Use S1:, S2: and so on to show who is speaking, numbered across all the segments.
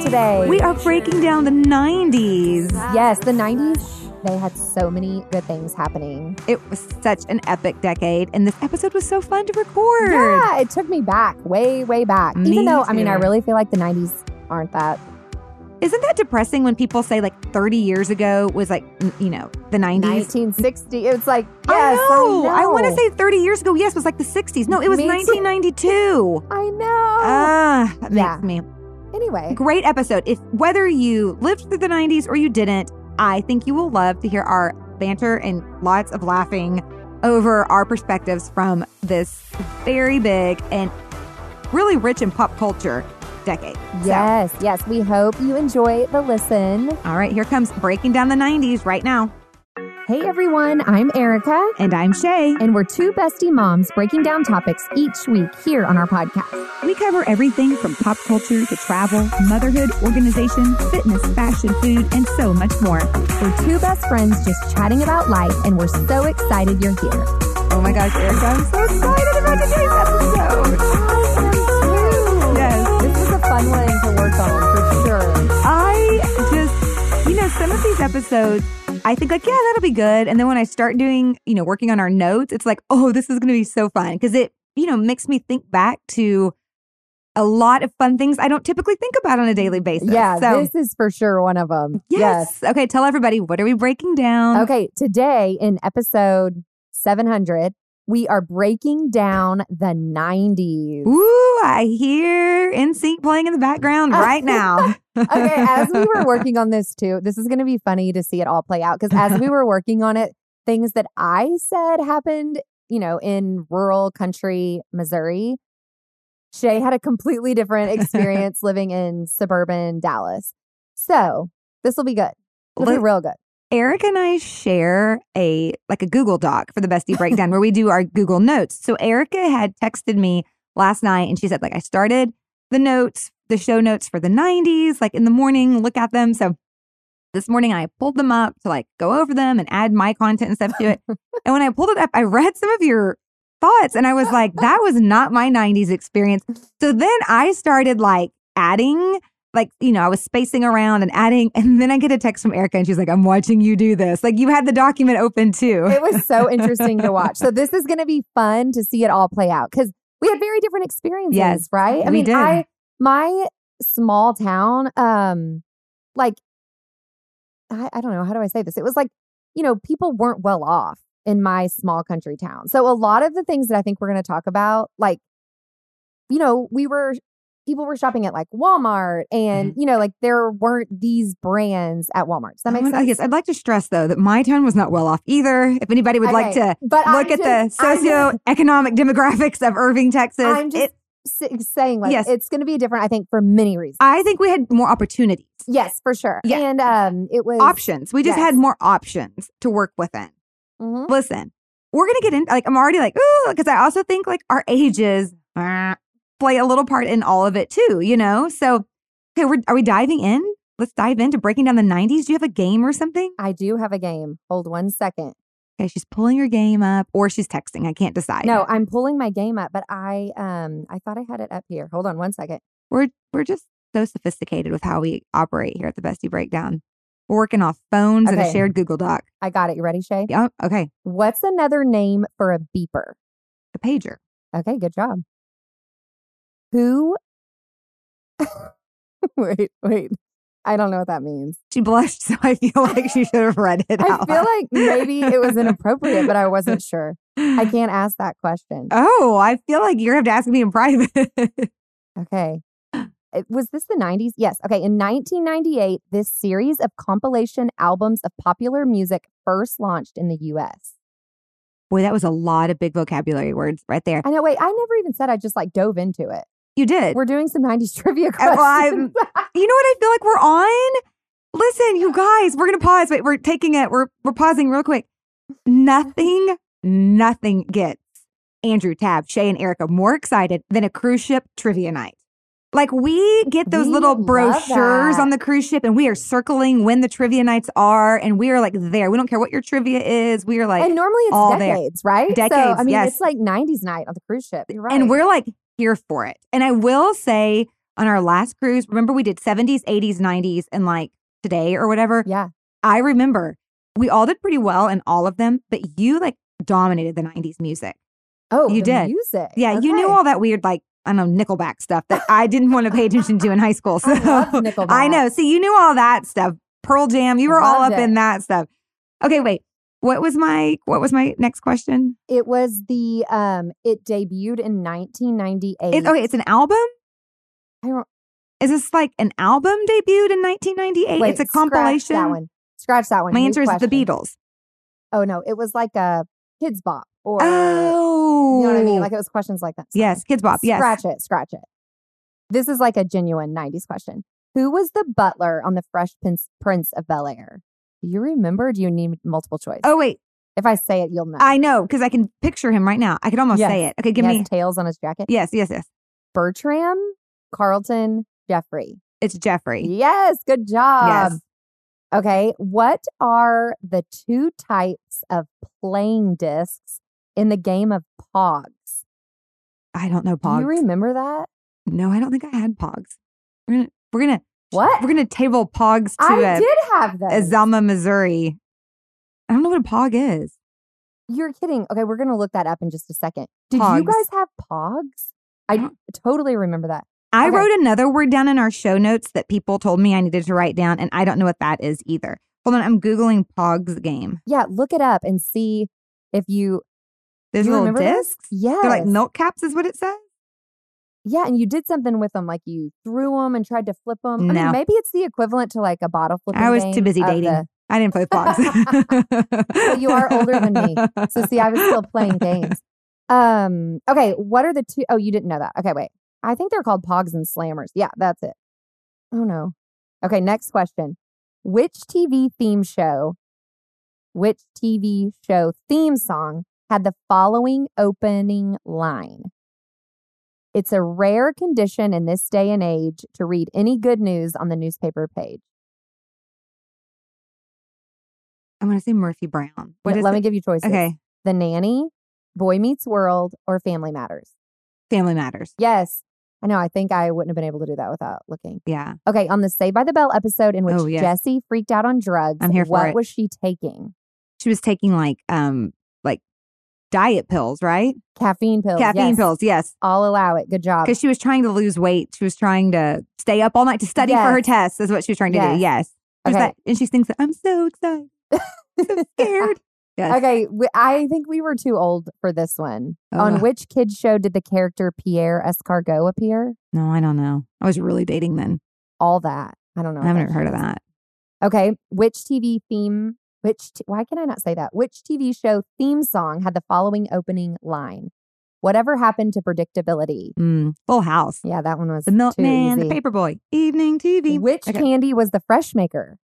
S1: today.
S2: We are breaking down the 90s.
S1: yes, the 90s, they had so many good things happening.
S2: It was such an epic decade, and this episode was so fun to record.
S1: Yeah, it took me back, way, way back.
S2: Me
S1: Even though, I mean,
S2: too.
S1: I really feel like the 90s aren't that.
S2: Isn't that depressing when people say like 30 years ago was like, n- you know, the 90s?
S1: 1960. It's like, yes,
S2: I know. I, want to
S1: know.
S2: say 30 years ago, yes, was like the 60s. No, it was
S1: Me too.
S2: 1992.
S1: I know. Uh,
S2: Ah, that makes
S1: Yeah.
S2: me
S1: anyway,
S2: Great episode. If whether you lived through the 90s or you didn't, I think you will love to hear our banter and lots of laughing over our perspectives from this very big and really rich in pop culture decade. So,
S1: yes, yes. We hope you enjoy the listen.
S2: all right, here comes breaking down the 90s right now.
S1: Hey, everyone. I'm Erica.
S2: And I'm Shay.
S1: And we're two bestie moms breaking down topics each week here on our podcast.
S2: We cover everything from pop culture to travel, motherhood, organization, fitness, fashion, food, and so much more.
S1: We're two best friends just chatting about life, and we're so excited you're here.
S2: Oh my gosh, Erica, I'm so excited about today's episode. Yes.
S1: This was a fun one to work on for sure.
S2: I just, you know, some of these episodes, I think like, yeah, that'll be good. And then when I start doing, you know, working on our notes, it's like, oh, this is going to be so fun because it, you know, makes me think back to a lot of fun things I don't typically think about on a daily basis.
S1: Yeah,
S2: So,
S1: this is for sure one of them.
S2: yes. Okay. Tell everybody, what are we breaking down?
S1: Okay, today in episode 700, we are breaking down the 90s.
S2: Ooh, I hear NSYNC playing in the background right now.
S1: Okay, as we were working on this too, this is going to be funny to see it all play out because as we were working on it, things that I said happened, you know, in rural country Missouri. Shay had a completely different experience living in suburban Dallas. So this will be good. It'll be
S2: Let-
S1: real good.
S2: Eric and I share a like a Google Doc for the bestie breakdown where we do our Google notes. So Erica had texted me last night and she said like I started the notes, the show notes for the 90s like in the morning, look at them. So this morning I pulled them up to like go over them and add my content and stuff to it. and when I pulled it up, I read some of your thoughts and I was like that was not my 90s experience. So then I started like adding like you know i was spacing around and adding and then i get a text from erica and she's like i'm watching you do this like you had the document open too
S1: It was so interesting to watch. So this is going to be fun to see it all play out because we had very different experiences,
S2: Yes,
S1: right? I
S2: we
S1: mean,
S2: did.
S1: I my small town, um, like I, I don't know how do I say this. It was like you know people weren't well off in my small country town. So a lot of the things that I think we're going to talk about, like you know, we were people were shopping at like Walmart, and
S2: Mm-hmm.
S1: you know, like there weren't these brands at Walmart. Does that make
S2: I wanna-
S1: sense?
S2: Oh yes i'd like to stress though that my town was not well off either if anybody would like
S1: Okay,
S2: to
S1: but
S2: look
S1: I'm
S2: at
S1: just-
S2: the
S1: I'm just-
S2: socioeconomic demographics of irving texas
S1: I'm just
S2: it-
S1: si- saying like
S2: Yes.
S1: it's going to be different. I think for many reasons.
S2: i think we had more opportunities
S1: yes, for sure.
S2: Yeah.
S1: And um, it was
S2: options we just
S1: Yes.
S2: had more options to work within
S1: Mhm.
S2: listen we're gonna get in like i'm already like ooh because i also think like our ages uh, play a little part in all of it too you know so okay we're, are we diving in let's dive into breaking down the 90s do you have a game or something
S1: I do have a game. Hold one second.
S2: okay she's pulling her game up or she's texting i can't decide
S1: No, I'm pulling my game up, but I um I thought I had it up here. Hold on one second.
S2: we're we're just so sophisticated with how we operate here at the bestie breakdown we're working off phones and a
S1: Okay.
S2: shared google doc
S1: I got it. You ready, Shay?
S2: yeah okay
S1: What's another name for a beeper?
S2: the pager
S1: Okay, good job. Who? wait, wait. I don't know what that means.
S2: she blushed so i feel like she should have read it
S1: I
S2: out
S1: feel
S2: loud.
S1: like maybe it was inappropriate, but I wasn't sure. I can't ask that question.
S2: Oh, I feel like you're gonna have to ask me in private.
S1: Okay. Uh, Was this the 90s? Yes. Okay. In 1998, this series of compilation albums of popular music first launched in the US.
S2: Boy, that was a lot of big vocabulary words right there.
S1: I know. Wait, I never even said I just like dove into it.
S2: You did.
S1: We're doing some 90s trivia
S2: Oh, well,
S1: questions.
S2: you know what I feel like we're on? Listen, you guys, we're gonna pause. Wait, we're taking it. We're we're pausing real quick. Nothing, nothing gets Andrew, Tab, Shay, and Erica more excited than a cruise ship trivia night. Like we get those
S1: We
S2: little
S1: love
S2: brochures
S1: that.
S2: on the cruise ship, and we are circling when the trivia nights are, and we are like there. We don't care what your trivia is. We are like
S1: and normally it's
S2: all there.
S1: decades, right? so,
S2: Decades,
S1: I mean,
S2: yes.
S1: it's like 90s night on the cruise ship. You're right.
S2: and we're like here for it. And I will say, on our last cruise. Remember, we did 70s, 80s, 90s, and like today or whatever.
S1: Yeah.
S2: I remember we all did pretty well in all of them, but you like dominated the 90s music.
S1: Oh,
S2: You
S1: the
S2: did.
S1: Music.
S2: Yeah, you knew
S1: Okay.
S2: all that weird, like, I don't know, Nickelback stuff that I didn't want to pay attention to in high school. So
S1: I loved Nickelback.
S2: I know. See, you knew all that stuff. Pearl Jam, you were all up
S1: Loved
S2: in
S1: it.
S2: that stuff. Okay, wait. What was my what was my next question?
S1: It was the um. It debuted in 1998.
S2: It, okay, it's an album.
S1: I don't-
S2: Is this like an album debuted in 1998?
S1: wait,
S2: it's a
S1: scratch
S2: compilation.
S1: That one. Scratch that one.
S2: My
S1: New
S2: answer is the
S1: question.
S2: Beatles.
S1: Oh no, it was like a kids bop or
S2: Oh,
S1: you know what I mean. Like it was questions like that. Sorry.
S2: yes, Kids Bop. Yes,
S1: Scratch it. Scratch it. This is like a genuine 90s question. Who was the butler on the Fresh Prince, Prince of Bel Air? Do you remember? Do you need multiple choice?
S2: Oh wait,
S1: If I say it, you'll know.
S2: I know because I can picture him right now. I could almost
S1: Yes.
S2: say it. Okay, give
S1: he
S2: me.
S1: has tails on his jacket.
S2: Yes, yes, yes.
S1: Bertram, Carlton, Jeffrey.
S2: It's Jeffrey.
S1: Yes, good job.
S2: Yes.
S1: Okay, what are the two types of playing discs in the game of Pogs?
S2: I don't know
S1: Do
S2: Pogs.
S1: you remember that?
S2: no, I don't think I had Pogs. We're gonna we're gonna
S1: What?
S2: we're gonna table Pogs
S1: I
S2: to
S1: did have
S2: a, a
S1: those.
S2: Zama, Missouri. I don't know what a Pog is.
S1: You're kidding. Okay, we're gonna look that up in just a second. Did you
S2: Pogs.
S1: guys have Pogs? I
S2: don't-
S1: totally remember that.
S2: I
S1: Okay.
S2: wrote another word down in our show notes that people told me I needed to write down, and I don't know what that is either. Hold on, I'm googling Pogs game.
S1: Yeah, look it up and see if you.
S2: There's
S1: you
S2: little
S1: remember those?
S2: discs.
S1: Yes.
S2: They're like milk caps, is what it says.
S1: Yeah, and you did something with them, like you threw them and tried to flip them. I
S2: No.
S1: mean, maybe it's the equivalent to like a bottle flipping.
S2: I was too
S1: game
S2: busy
S1: of
S2: dating.
S1: the-
S2: I didn't play Pogs.
S1: Well, you are older than me, so see, I was still playing games. Um. Okay. What are the two oh you didn't know that. Okay. Wait. I think they're called Pogs and Slammers. Yeah, that's it. Oh no. Okay. Next question. Which TV theme show? Which TV show theme song had the following opening line? It's a rare condition in this day and age to read any good news on the newspaper page.
S2: I'm going to say Murphy Brown. What is
S1: Let
S2: it?
S1: me give you choices.
S2: Okay,
S1: The Nanny, Boy Meets World, or Family Matters.
S2: Family Matters.
S1: Yes. I know. I think I wouldn't have been able to do that without looking.
S2: Yeah,
S1: Okay. On the Saved by the Bell episode in which
S2: Oh, yes.
S1: Jesse freaked out on drugs,
S2: I'm here for
S1: what
S2: it.
S1: was she taking?
S2: she was taking like um like diet pills, right?
S1: Caffeine pills.
S2: Caffeine
S1: Oh, yes.
S2: pills. Yes,
S1: I'll allow it. Good job.
S2: because she was trying to lose weight. She was trying to stay up all night to study for her
S1: Yes.
S2: tests. Is what she was trying to do.
S1: Yes.
S2: Yes. There's
S1: Okay.
S2: that- and she thinks, I'm so excited, scared. Yes.
S1: okay. w- I think we were too old for this one.
S2: Ugh.
S1: On which kids show did the character Pierre Escargot appear?
S2: No, I don't know. I was really dating then.
S1: All that. I don't know.
S2: I
S1: what
S2: haven't
S1: that
S2: heard
S1: show
S2: of
S1: is.
S2: that.
S1: Okay. Which TV theme? Which? T- why can I not say that? Which TV show theme song had the following opening line? Whatever happened to predictability?
S2: Mm. Full House,
S1: Yeah, that one was
S2: The
S1: too
S2: Milkman, The
S1: easy.
S2: Paperboy, Evening TV.
S1: Which
S2: Okay.
S1: candy was the fresh maker?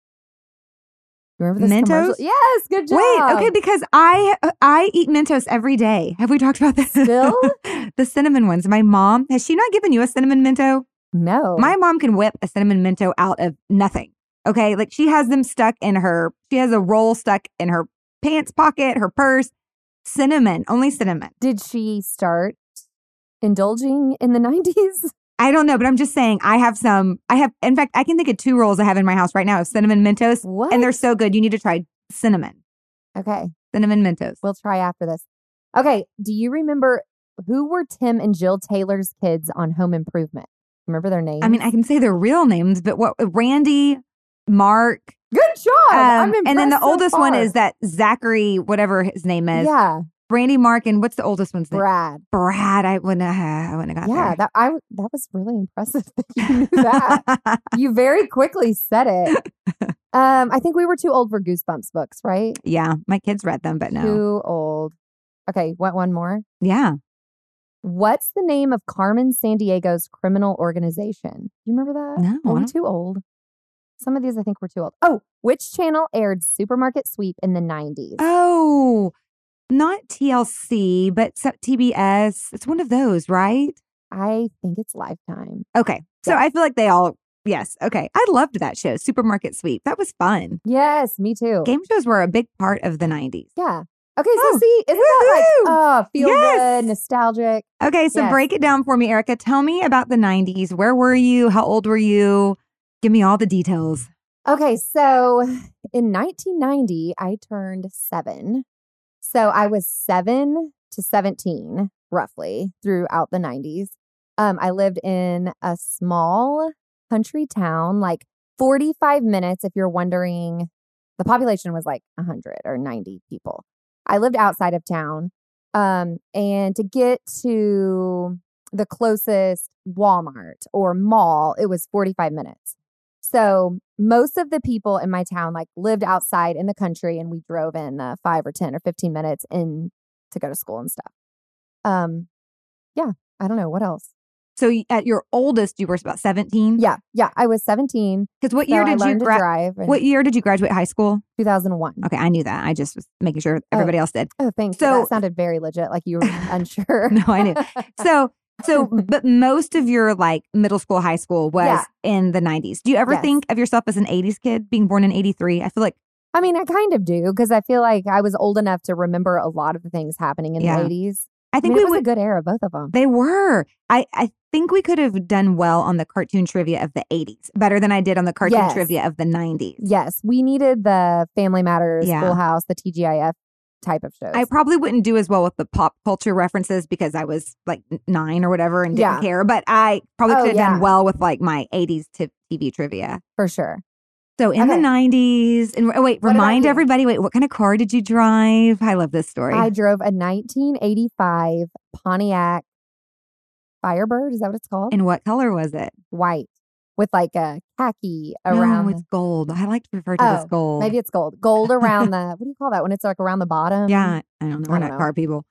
S1: You remember this commercial?
S2: Mentos?
S1: Yes, good job.
S2: Wait, okay, because I I eat Mentos every day. Have we talked about this?
S1: Still?
S2: the cinnamon ones. My mom has she not given you a cinnamon Mento?
S1: No,
S2: My mom can whip a cinnamon Mento out of nothing. Okay, like she has them stuck in her. She has a roll stuck in her pants pocket, her purse. Cinnamon, only cinnamon.
S1: did she start indulging in the nineties?
S2: I don't know, but I'm just saying. I have some. I have. In fact, I can think of two rolls I have in my house right now of cinnamon Mentos,
S1: What?
S2: and they're so good. You need to try cinnamon,
S1: okay.
S2: cinnamon Mentos.
S1: We'll try after this. Okay. Do you remember who were Tim and Jill Taylor's kids on Home Improvement? Remember their names?
S2: I mean, I can say their real names, but what Randy, Mark,
S1: good job.
S2: um, and then the oldest one is that Zachary, whatever his name is,
S1: yeah,
S2: Randy, Mark, and what's the oldest one's name?
S1: Brad.
S2: Brad. I wouldn't. have I wouldn't have got
S1: Yeah, that I that was really impressive that you knew that.
S2: there.
S1: you very quickly said it. Um, I think we were too old for Goosebumps books, right?
S2: yeah, my kids read them, but no.
S1: Too old. Okay, what one more?
S2: Yeah,
S1: What's the name of Carmen San Diego's criminal organization? You remember that?
S2: No,
S1: Were
S2: I
S1: we
S2: don't-
S1: too old? Some of these I think were too old. Oh, which channel aired Supermarket Sweep in the 90s?
S2: Oh, not TLC, but so- TBS. It's one of those, right?
S1: I think it's Lifetime.
S2: Okay. So
S1: Yeah.
S2: I feel like they all, yes. Okay. I loved that show, Supermarket Sweep. That was fun.
S1: Yes, me too.
S2: Game shows were a big part of the 90s.
S1: Yeah. Okay, so
S2: Oh,
S1: see, isn't that
S2: woohoo!
S1: like uh, feel
S2: Yes!
S1: good, nostalgic?
S2: Okay, so
S1: Yes.
S2: break it down for me, Erica. Tell me about the 90s. Where were you? How old were you? Give me all the details.
S1: Okay, so in 1990, I turned seven. So I was seven to 17, roughly, throughout the 90s. Um, I lived in a small country town, like 45 minutes, if you're wondering. The population was like 100 or 90 people. I lived outside of town. Um, and to get to the closest Walmart or mall, it was 45 minutes. So most of the people in my town like lived outside in the country, and we drove in uh, five or ten or fifteen minutes in to go to school and stuff. Um, yeah, I don't know what else.
S2: So y- at your oldest, you were about 17?
S1: Yeah, yeah, I was seventeen.
S2: Because Mm. what
S1: So
S2: year
S1: I
S2: did you
S1: learned to
S2: gra-
S1: drive in
S2: What year did you graduate high school?
S1: 2001.
S2: Okay, I knew that. I just was making sure everybody else did.
S1: Oh, thanks.
S2: So-
S1: that sounded very legit. Like you were unsure.
S2: No, I knew. So, so, but most of your like middle school, high school was
S1: Yeah.
S2: in the 90s. Do you ever
S1: Yes.
S2: think of yourself as an 80s kid being born in 83? I feel like,
S1: I mean, I kind of do because I feel like I was old enough to remember a lot of the things happening in
S2: Yeah.
S1: the 80s.
S2: I
S1: I
S2: think
S1: mean, it
S2: we
S1: was
S2: would.
S1: a good era, both of them.
S2: They were. I, I think we could have done well on the cartoon trivia of the 80s, better than I did on the cartoon
S1: Yes.
S2: trivia of the 90s.
S1: Yes, we needed the Family Matters,
S2: Yeah.
S1: Full House, the TGIF type of shows.
S2: I probably wouldn't do as well with the pop culture references because I was like n- nine or whatever and didn't
S1: Yeah.
S2: care, but I probably
S1: Oh,
S2: could have done
S1: yeah.
S2: well with like my 80s t- TV trivia.
S1: for sure.
S2: So in
S1: Okay.
S2: the 90s, and oh, wait,
S1: What about
S2: remind
S1: you?
S2: everybody, wait, what kind of car did you drive? I love this story.
S1: I drove a 1985 Pontiac Firebird. Is that what it's called?
S2: and what color was it?
S1: White with like a khaki
S2: No,
S1: around.
S2: it's gold. I like to refer to this
S1: Oh,
S2: gold.
S1: maybe it's gold. Gold around the. What do you call that when it's like around the bottom?
S2: yeah, I don't know.
S1: um,
S2: We're
S1: I don't
S2: not
S1: know.
S2: car people.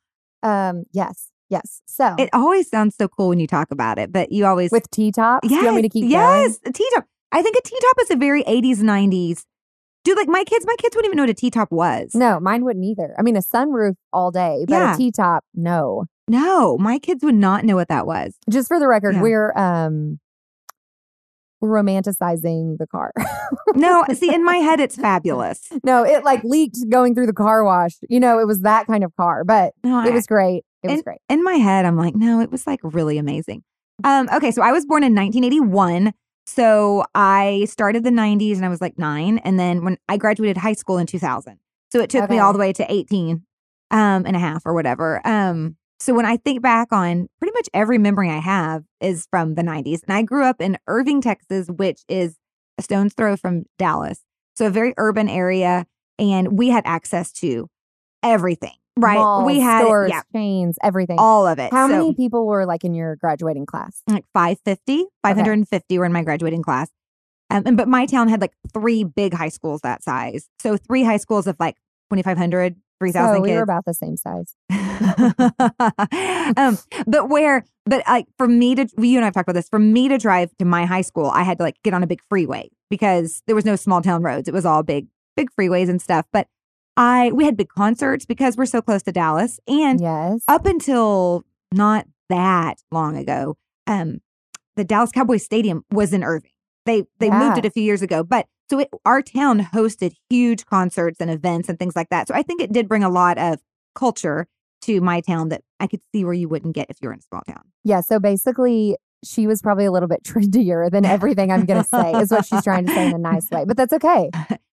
S1: Um. Yes. Yes. So
S2: It always sounds so cool when you talk about it, but you always
S1: with T tops.
S2: Yes.
S1: You want me to keep going?
S2: yes, a T top. I think a T top is a very 80s, 90s. Dude, like my kids, my kids wouldn't even know what a T top was.
S1: No, mine wouldn't either. I mean, a sunroof all day, but
S2: Yeah.
S1: a T top, no.
S2: No, my kids would not know what that was.
S1: Just for the record,
S2: Yeah.
S1: we're um we're romanticizing the car.
S2: No, see, in my head, it's fabulous.
S1: no, it like leaked going through the car wash. You know, it was that kind of car, but
S2: No,
S1: it was great. It was
S2: And-
S1: great.
S2: in my head. I'm like, no, it was like really amazing. Um, okay, so I was born in 1981. So I started the 90s and I was like nine. And then when I graduated high school in 2000. So it took me
S1: Okay.
S2: all the way to 18 um, and a half or whatever. Um, so when I think back on pretty much every memory I have is from the 90s. And I grew up in Irving, Texas, which is a stone's throw from Dallas. So a very urban area. And we had access to everything, right?
S1: Malls,
S2: we had,
S1: stores,
S2: yeah,
S1: chains, everything.
S2: all of it.
S1: How
S2: So-
S1: many people were like in your graduating class?
S2: like 550 550 were in my graduating class um, and but my town had like three big high schools that size so three high schools of like 2500 3000
S1: So we were
S2: kids
S1: about the same size.
S2: um, but where but like for me to you and i've talked about this for me to drive to my high school i had to like get on a big freeway because there was no small town roads it was all big big freeways and stuff but i we had big concerts because we're so close to dallas and oh
S1: yes.
S2: up until not that long ago, um, the Dallas Cowboys Stadium was in Irving. They they moved
S1: Yeah.
S2: it a few years ago, but so it, our town hosted huge concerts and events and things like that. So I think it did bring a lot of culture to my town that I could see where you wouldn't get if you were in a small town.
S1: yeah. So basically, she was probably a little bit trendier than everything I'm going to say, is what she's trying to say in a nice way. But that's okay.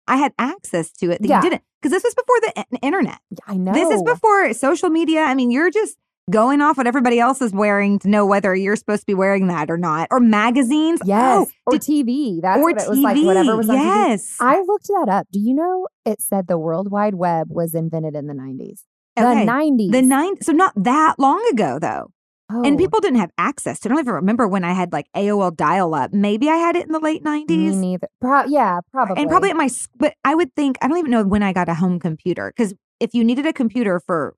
S2: I had access to it that
S1: Yeah.
S2: you didn't because this was before the in- internet.
S1: I know.
S2: This is before social media. I mean, you're just going off what everybody else is wearing to know whether you're supposed to be wearing that or not, or magazines.
S1: Yes.
S2: Oh,
S1: or
S2: did-
S1: TV. That's
S2: or
S1: what it was like. Whatever was on TV.
S2: yes.
S1: I looked that up. Do you know it said the World Wide Web was invented in the 90s?
S2: Okay.
S1: The 90s.
S2: The nine, so not that long ago though,
S1: Oh,
S2: and people didn't have access. to it. I don't even remember when I had like AOL dial up. Maybe I had it in the late
S1: Me
S2: nineties,
S1: neither. Pro- yeah, probably.
S2: and probably at my. s- But I would think I don't even know when I got a home computer because if you needed a computer for,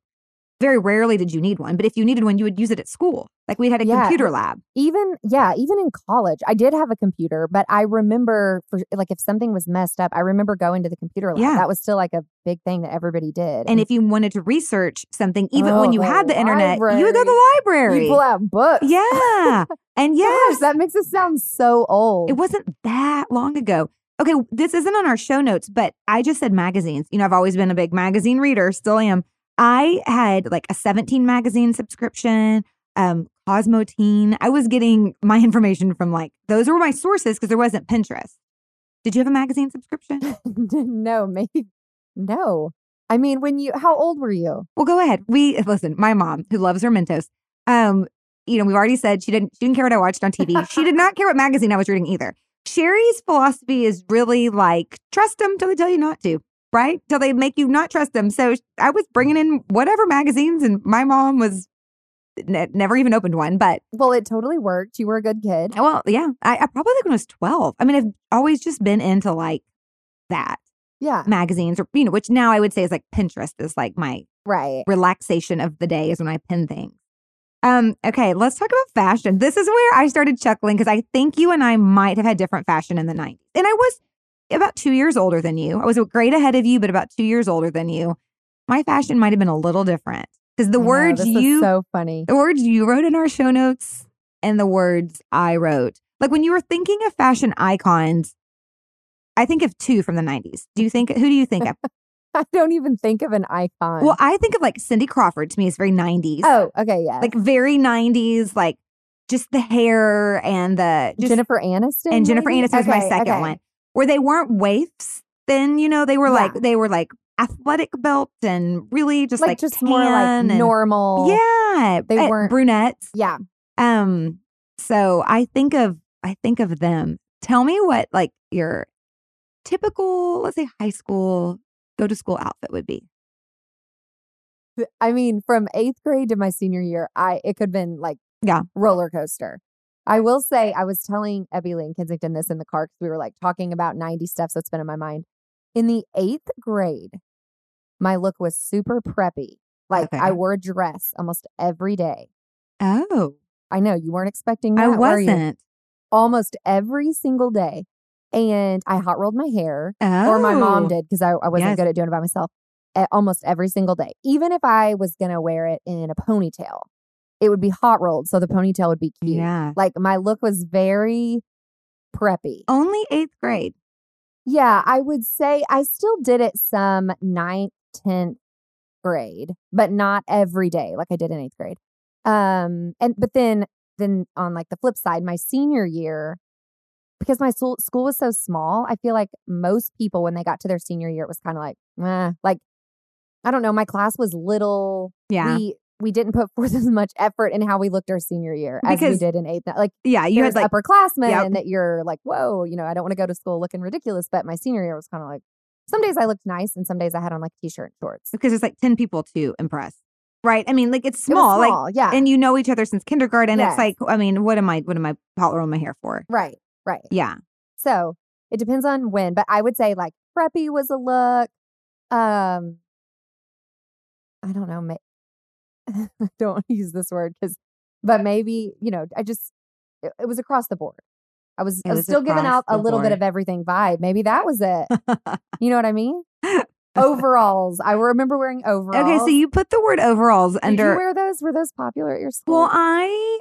S2: very rarely did you need one. But if you needed one, you would use it at school. Like we had a
S1: Yeah.
S2: computer lab.
S1: even yeah, even in college, I did have a computer, but I remember for like if something was messed up, I remember going to the computer lab.
S2: Yeah.
S1: That was still like a big thing that everybody did.
S2: And if you wanted to research something, even when
S1: Oh,
S2: you
S1: the
S2: had the internet, you would go to the
S1: library.
S2: library.
S1: you pull out books.
S2: yeah, and
S1: Gosh,
S2: yes,
S1: that makes us sound so old.
S2: It wasn't that long ago. Okay, this isn't on our show notes, but I just said magazines. You know, I've always been a big magazine reader, still am. I had like a 17 magazine subscription, um, Cosmo Teen. I was getting my information from like those were my sources because there wasn't Pinterest. Did you have a magazine subscription?
S1: no, maybe no. I mean, when you how old were you?
S2: Well, go ahead. We eh, listen. My mom, who loves her Mentos, um, you know, we've already said she didn't. She didn't care what I watched on TV. she did not care what magazine I was reading either. Sherry's philosophy is really like trust them till they tell you not to, right? Till they make you not trust them. So I was bringing in whatever magazines, and my mom was ne- never even opened one. But
S1: Well, it totally worked. You were a good kid.
S2: well, yeah, I, I probably think when I was twelve. I mean, I've always just been into like that
S1: Yeah.
S2: magazines, or you know, which now I would say is like Pinterest is like my
S1: Right.
S2: relaxation of the day is when I pin things. Um, okay, let's talk about fashion. This is where I started chuckling because I think you and I might have had different fashion in the 90s. And I was about two years older than you. I was a grade ahead of you, but about two years older than you. My fashion might have been a little different because the
S1: I know,
S2: words
S1: this is
S2: you
S1: so funny.
S2: the words you wrote in our show notes and the words I wrote. Like when you were thinking of fashion icons, I think of two from the 90s. Do you think who do you think of?
S1: I don't even think of an icon.
S2: well, I think of like Cindy Crawford to me is very 90s.
S1: oh, okay, yeah.
S2: like very 90s like just the hair and the just,
S1: Jennifer Aniston
S2: and Jennifer
S1: maybe?
S2: Aniston was my
S1: Okay,
S2: second
S1: okay.
S2: one where they weren't waifs then you know they were
S1: Yeah.
S2: like they were like athletic belt and really just like,
S1: just more like
S2: tan and-
S1: normal.
S2: yeah
S1: They
S2: and
S1: weren't-
S2: brunettes
S1: Yeah.
S2: um so I think of I think of them tell me what like your typical let's say high school go to school outfit would be
S1: Th- I mean, from eighth grade to my senior year, I it could have been like
S2: Yeah.
S1: roller coaster. I will say I was telling Ebby Lee and Kensington this in the car because we were like talking about 90 stuff that's been in my mind. In the eighth grade, my look was super preppy. Like
S2: Okay.
S1: I wore a dress almost every day.
S2: oh
S1: I know you weren't expecting that.
S2: I
S1: were you?
S2: wasn't
S1: Almost every single day. And I hot rolled my hair
S2: oh.
S1: or my mom did because I, I wasn't
S2: Yes.
S1: good at doing it by myself uh, almost every single day. Even if I was going to wear it in a ponytail, it would be hot rolled. So the ponytail would be cute.
S2: yeah
S1: Like my look was very preppy.
S2: only eighth grade.
S1: Yeah, I would say I still did it some ninth, 10th grade, but not every day like I did in eighth grade. Um, and but then then on like the flip side, my senior year, because my school school was so small, I feel like most people when they got to their senior year, it was kind of like, eh, like I don't know, my class was little.
S2: Yeah.
S1: We we didn't put forth as much effort in how we looked our senior year as we
S2: Because-
S1: did in eighth. Like
S2: yeah. You
S1: you
S2: had
S1: there's
S2: like,
S1: upperclassmen
S2: Yep.
S1: that you're like, whoa, you know, I don't want to go to school looking ridiculous. But my senior year was kind of like, some days I looked nice and some days I had on like t shirt and shorts.
S2: because there's like 10 people to impress. Right. I mean, like it's
S1: It was
S2: small. Like,
S1: small, yeah.
S2: and you know each other since kindergarten.
S1: Yes.
S2: It's like, I mean, what am I, what am I hot rolling my hair for?
S1: right, right.
S2: Yeah.
S1: So it depends on when, but I would say like preppy was a look. Um, I don't know. ma- I don't want to use this word because, but maybe you know, I just it, it was across the board. I was, I
S2: It
S1: was
S2: was
S1: still giving
S2: across
S1: out a
S2: the
S1: little bit
S2: board.
S1: of everything vibe. Maybe that was it. You know what I mean? overalls. I remember wearing overalls.
S2: okay. So you put the word overalls
S1: Did
S2: under.
S1: you wear those? Were those popular at your school?
S2: well, I,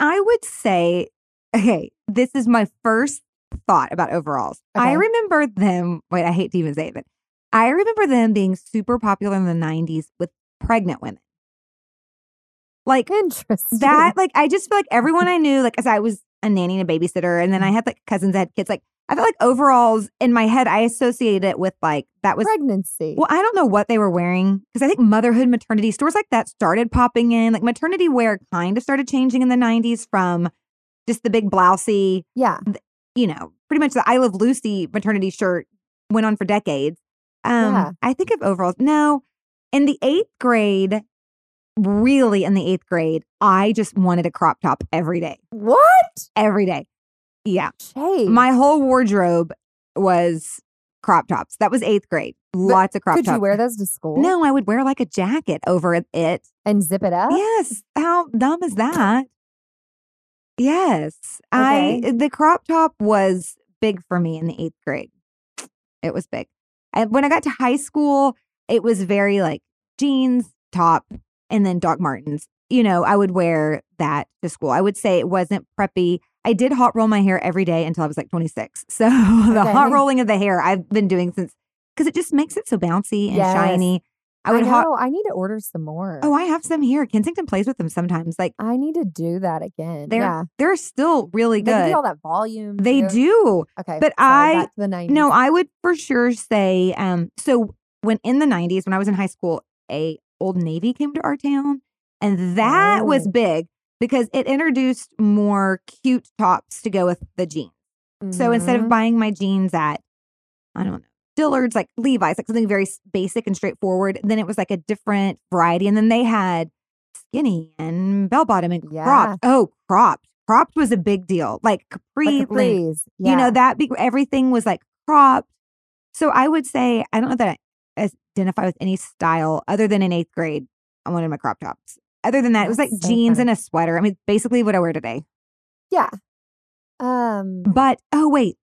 S2: I would say, okay, this is my first thought about overalls. I
S1: Okay.
S2: remember them. Wait, I hate to even say it, but I remember them being super popular in the 90s with pregnant women. Like,
S1: interesting.
S2: that like I just feel like everyone I knew, like as I was a nanny and a babysitter, and then I had like cousins that had kids. Like I felt like overalls in my head, I associated it with like that was.
S1: pregnancy.
S2: Well, I don't know what they were wearing because I think motherhood, maternity stores like that started popping in. Like maternity wear kind of started changing in the '90s from just the big blousey,
S1: yeah.
S2: you know, pretty much the I Love Lucy maternity shirt went on for decades. Um,
S1: Yeah.
S2: I think of overalls. No, in the eighth grade, really in the eighth grade, I just wanted a crop top every day,
S1: What?
S2: every day. Yeah.
S1: Hey.
S2: My whole wardrobe was crop tops. That was eighth grade. Lots of crop
S1: could
S2: tops.
S1: you wear those to school?
S2: No, I would wear like a jacket over it.
S1: And zip it up?
S2: Yes. How dumb is that? Yes. I
S1: Okay.
S2: the crop top was big for me in the eighth grade. It was big. And when I got to high school, it was very like jeans, top, and then Doc Martens. You know, I would wear that to school. I would say it wasn't preppy. I did hot roll my hair every day until I was like 26. So the
S1: Okay.
S2: hot rolling of the hair I've been doing since because it just makes it so bouncy and
S1: Yes.
S2: shiny. I would. ha-
S1: know. I need to order some more.
S2: oh, I have some here. Kensington plays with them sometimes. Like
S1: I need to do that again.
S2: They're
S1: yeah,
S2: they're still really
S1: they can do
S2: good.
S1: all that volume.
S2: They
S1: too.
S2: do.
S1: Okay,
S2: but
S1: sorry,
S2: I-
S1: back to the nineties.
S2: No, I would for sure say. Um, so when in the '90s, when I was in high school, a Old Navy came to our town, and that was
S1: Oh.
S2: big because it introduced more cute tops to go with the jeans. So instead
S1: Mm-hmm.
S2: of buying my jeans at, I don't know, Dillard's, like Levi's, like something very s- basic and straightforward, then it was like a different variety. And then they had skinny and bell bottom and
S1: Yeah.
S2: cropped. Oh, cropped. Cropped was a big deal. Like capri,
S1: like
S2: length.
S1: please,
S2: you know, that be, everything was like cropped. So I would say, I don't know that I identify with any style other than in eighth grade. I wanted my crop tops. Other than that, it was like
S1: That's so
S2: jeans
S1: funny.
S2: and a sweater. I mean, basically what I wear today.
S1: yeah. Um,
S2: But oh wait,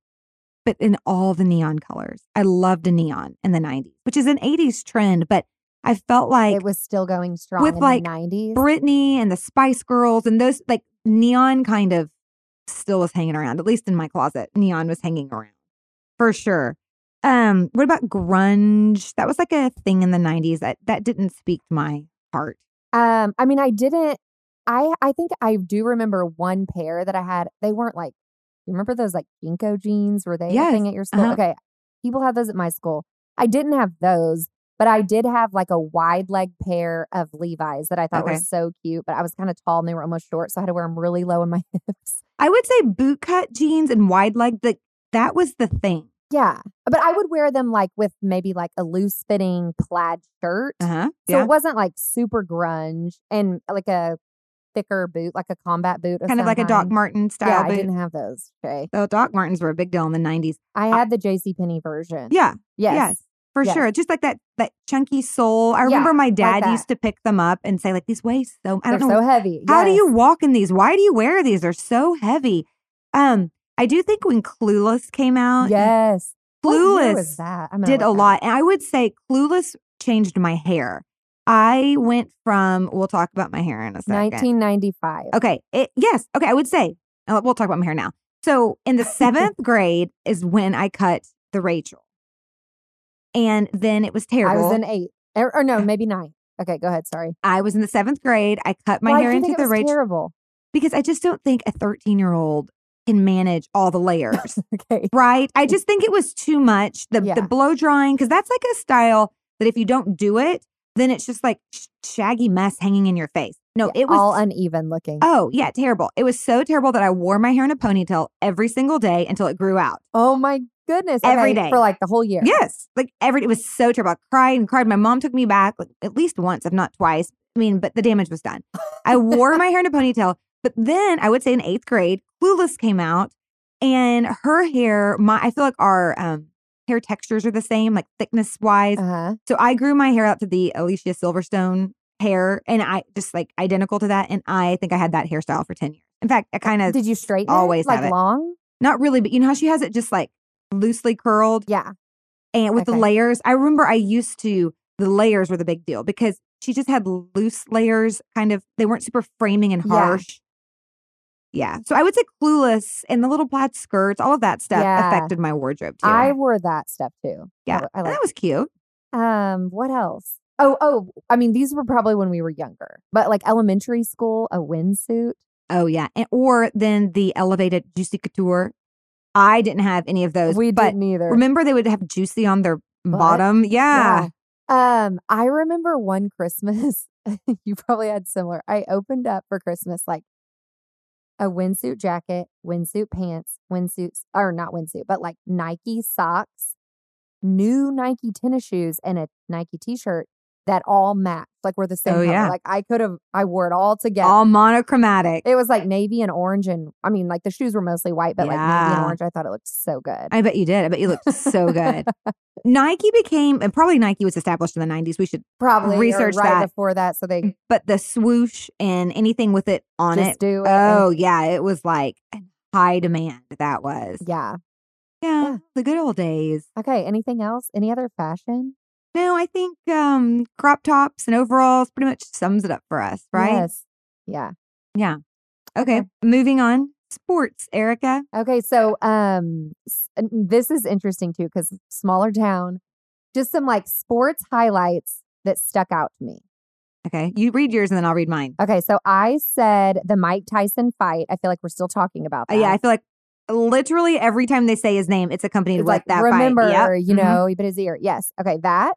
S2: but in all the neon colors. I loved a neon in the 90s, which is an 80s trend, but I felt like
S1: it was still going strong
S2: with,
S1: in
S2: like,
S1: the nineties.
S2: Britney and the Spice Girls and those like neon kind of still was hanging around, at least in my closet. Neon was hanging around for sure. Um, what about grunge? That was like a thing in the 90s that that didn't speak to my heart.
S1: Um, I mean, I didn't. I I think I do remember one pair that I had. They weren't like. You remember those like Jinko jeans? Were they a
S2: Yes,
S1: thing at your school?
S2: uh-huh.
S1: Okay, people had those at my school. I didn't have those, but I did have like a wide leg pair of Levi's that I thought
S2: Okay.
S1: were so cute. But I was kind of tall and they were almost short, so I had to wear them really low on my hips.
S2: I would say bootcut jeans and wide leg that that was the thing.
S1: Yeah, but I would wear them like with maybe like a loose fitting plaid shirt.
S2: Uh-huh.
S1: So it wasn't like super grunge and uh, like a thicker boot, like a combat boot,
S2: kind of like a
S1: dog.
S2: Doc Martin style
S1: Yeah, I
S2: boot.
S1: didn't have those. Okay,
S2: So Doc Martens were a big deal in the '90s.
S1: I
S2: I-
S1: had the J.C. Penney version.
S2: Uh Yeah,
S1: Yes.
S2: yes, for
S1: Yes.
S2: sure. Just like that that chunky sole. I
S1: Yeah,
S2: remember my dad
S1: that.
S2: used to pick them up and say like these weigh so. I
S1: They're
S2: don't
S1: so
S2: know
S1: heavy.
S2: how do
S1: Yes.
S2: you walk in these. Why do you wear these? They're so heavy. Um, I do think when Clueless came out,
S1: Yes. What year was
S2: Clueless
S1: that? I'm gonna
S2: did a
S1: look that
S2: lot,
S1: up.
S2: and I would say Clueless changed my hair. I went from we'll talk about my hair in a second.
S1: 1995.
S2: Okay. It, yes. Okay. I would say uh, we'll talk about my hair now. So in the seventh grade is when I cut the Rachel, and then it was
S1: I
S2: terrible.
S1: was in eight, or, or no, maybe nine. Okay, go ahead. Sorry.
S2: I was in the seventh grade. I cut my
S1: Why do
S2: hair
S1: you
S2: into
S1: think it
S2: the
S1: was
S2: Rachel
S1: Terrible.
S2: because I just don't think a thirteen-year-old can manage all the layers.
S1: Okay.
S2: right? I just think it was too much. The
S1: Yeah.
S2: the blow drying because that's like a style that if you don't do it, then it's just like sh- shaggy mess hanging in your face. No,
S1: Yeah,
S2: it was
S1: all uneven looking. Oh,
S2: Oh, yeah, terrible. It was so terrible that I wore my hair in a ponytail every single day until it grew out.
S1: Oh my goodness.
S2: Every
S1: Okay,
S2: day.
S1: for like the whole year.
S2: Yes. Like every it was so terrible. I cried and cried. My mom took me back like, at least once, if not twice. I mean, but the damage was done. I wore my hair in a ponytail, but then I would say in 8th grade, Clueless came out and her hair, my I feel like our um hair textures are the same, like thickness wise.
S1: Uh huh.
S2: So I grew my hair out to the Alicia Silverstone hair and I just like identical to that and I think I had that hairstyle for 10 years. In fact, I kind of
S1: Did you straighten
S2: always
S1: it? Like
S2: have it.
S1: long?
S2: not really, but you know how she has it just like loosely curled
S1: Yeah.
S2: and with
S1: Okay.
S2: the layers. I remember I used to the layers were the big deal because she just had loose layers, kind of they weren't super framing and
S1: Yeah.
S2: harsh. Yeah. So I would say clueless and the little plaid skirts, all of that stuff
S1: Yeah.
S2: affected my wardrobe too.
S1: I wore that stuff too. I
S2: Yeah,
S1: w- I
S2: And
S1: like
S2: that was cute.
S1: Um, what else? Oh, oh, I mean, these were probably when we were younger, but like elementary school, a windsuit.
S2: Oh yeah. And, or then the elevated juicy couture. I didn't have any of those.
S1: We
S2: but
S1: didn't either.
S2: remember they would have juicy on their
S1: Butt?
S2: bottom. Yeah.
S1: Yeah. Um, I remember one Christmas, you probably had similar. I opened up for Christmas like a windsuit jacket, windsuit pants, windsuits, or not windsuit, but like Nike socks, new Nike tennis shoes, and a Nike t shirt that all matched, like were the same
S2: Oh,
S1: color.
S2: yeah.
S1: Like I could have, I wore it all together.
S2: All monochromatic.
S1: It was like navy and orange, and I mean, like the shoes were mostly white, but like navy and
S2: Yeah.
S1: orange. I thought it looked so good.
S2: I bet you did. I bet you looked so good. Nike became, and probably Nike was established in the 90s. We should,
S1: Probably or
S2: researched
S1: right
S2: that.
S1: before that, so they
S2: but the swoosh and anything with it on
S1: Mm. just
S2: it.
S1: do it. and-
S2: Oh, yeah. It was like high demand. That was.
S1: yeah.
S2: Yeah.
S1: Yeah.
S2: The good old days.
S1: Okay. Anything else? Any other fashion?
S2: No, I think um, crop tops and overalls pretty much sums it up for us, right?
S1: Yes. Yeah.
S2: Okay. Moving on. Sports, Erica.
S1: Okay. So, um, s- and this is interesting too because smaller town, just some like sports highlights that stuck out to me.
S2: Okay. You read yours and then I'll read mine.
S1: Okay, so I said the Mike Tyson fight. I feel like we're still talking about
S2: Uh,
S1: that.
S2: yeah, I feel like literally every time they say his name, it's accompanied
S1: It's
S2: with
S1: like,
S2: that fight.
S1: remember,
S2: Yep.
S1: you
S2: Mhm.
S1: know, he bit his ear. Yes. Okay, that.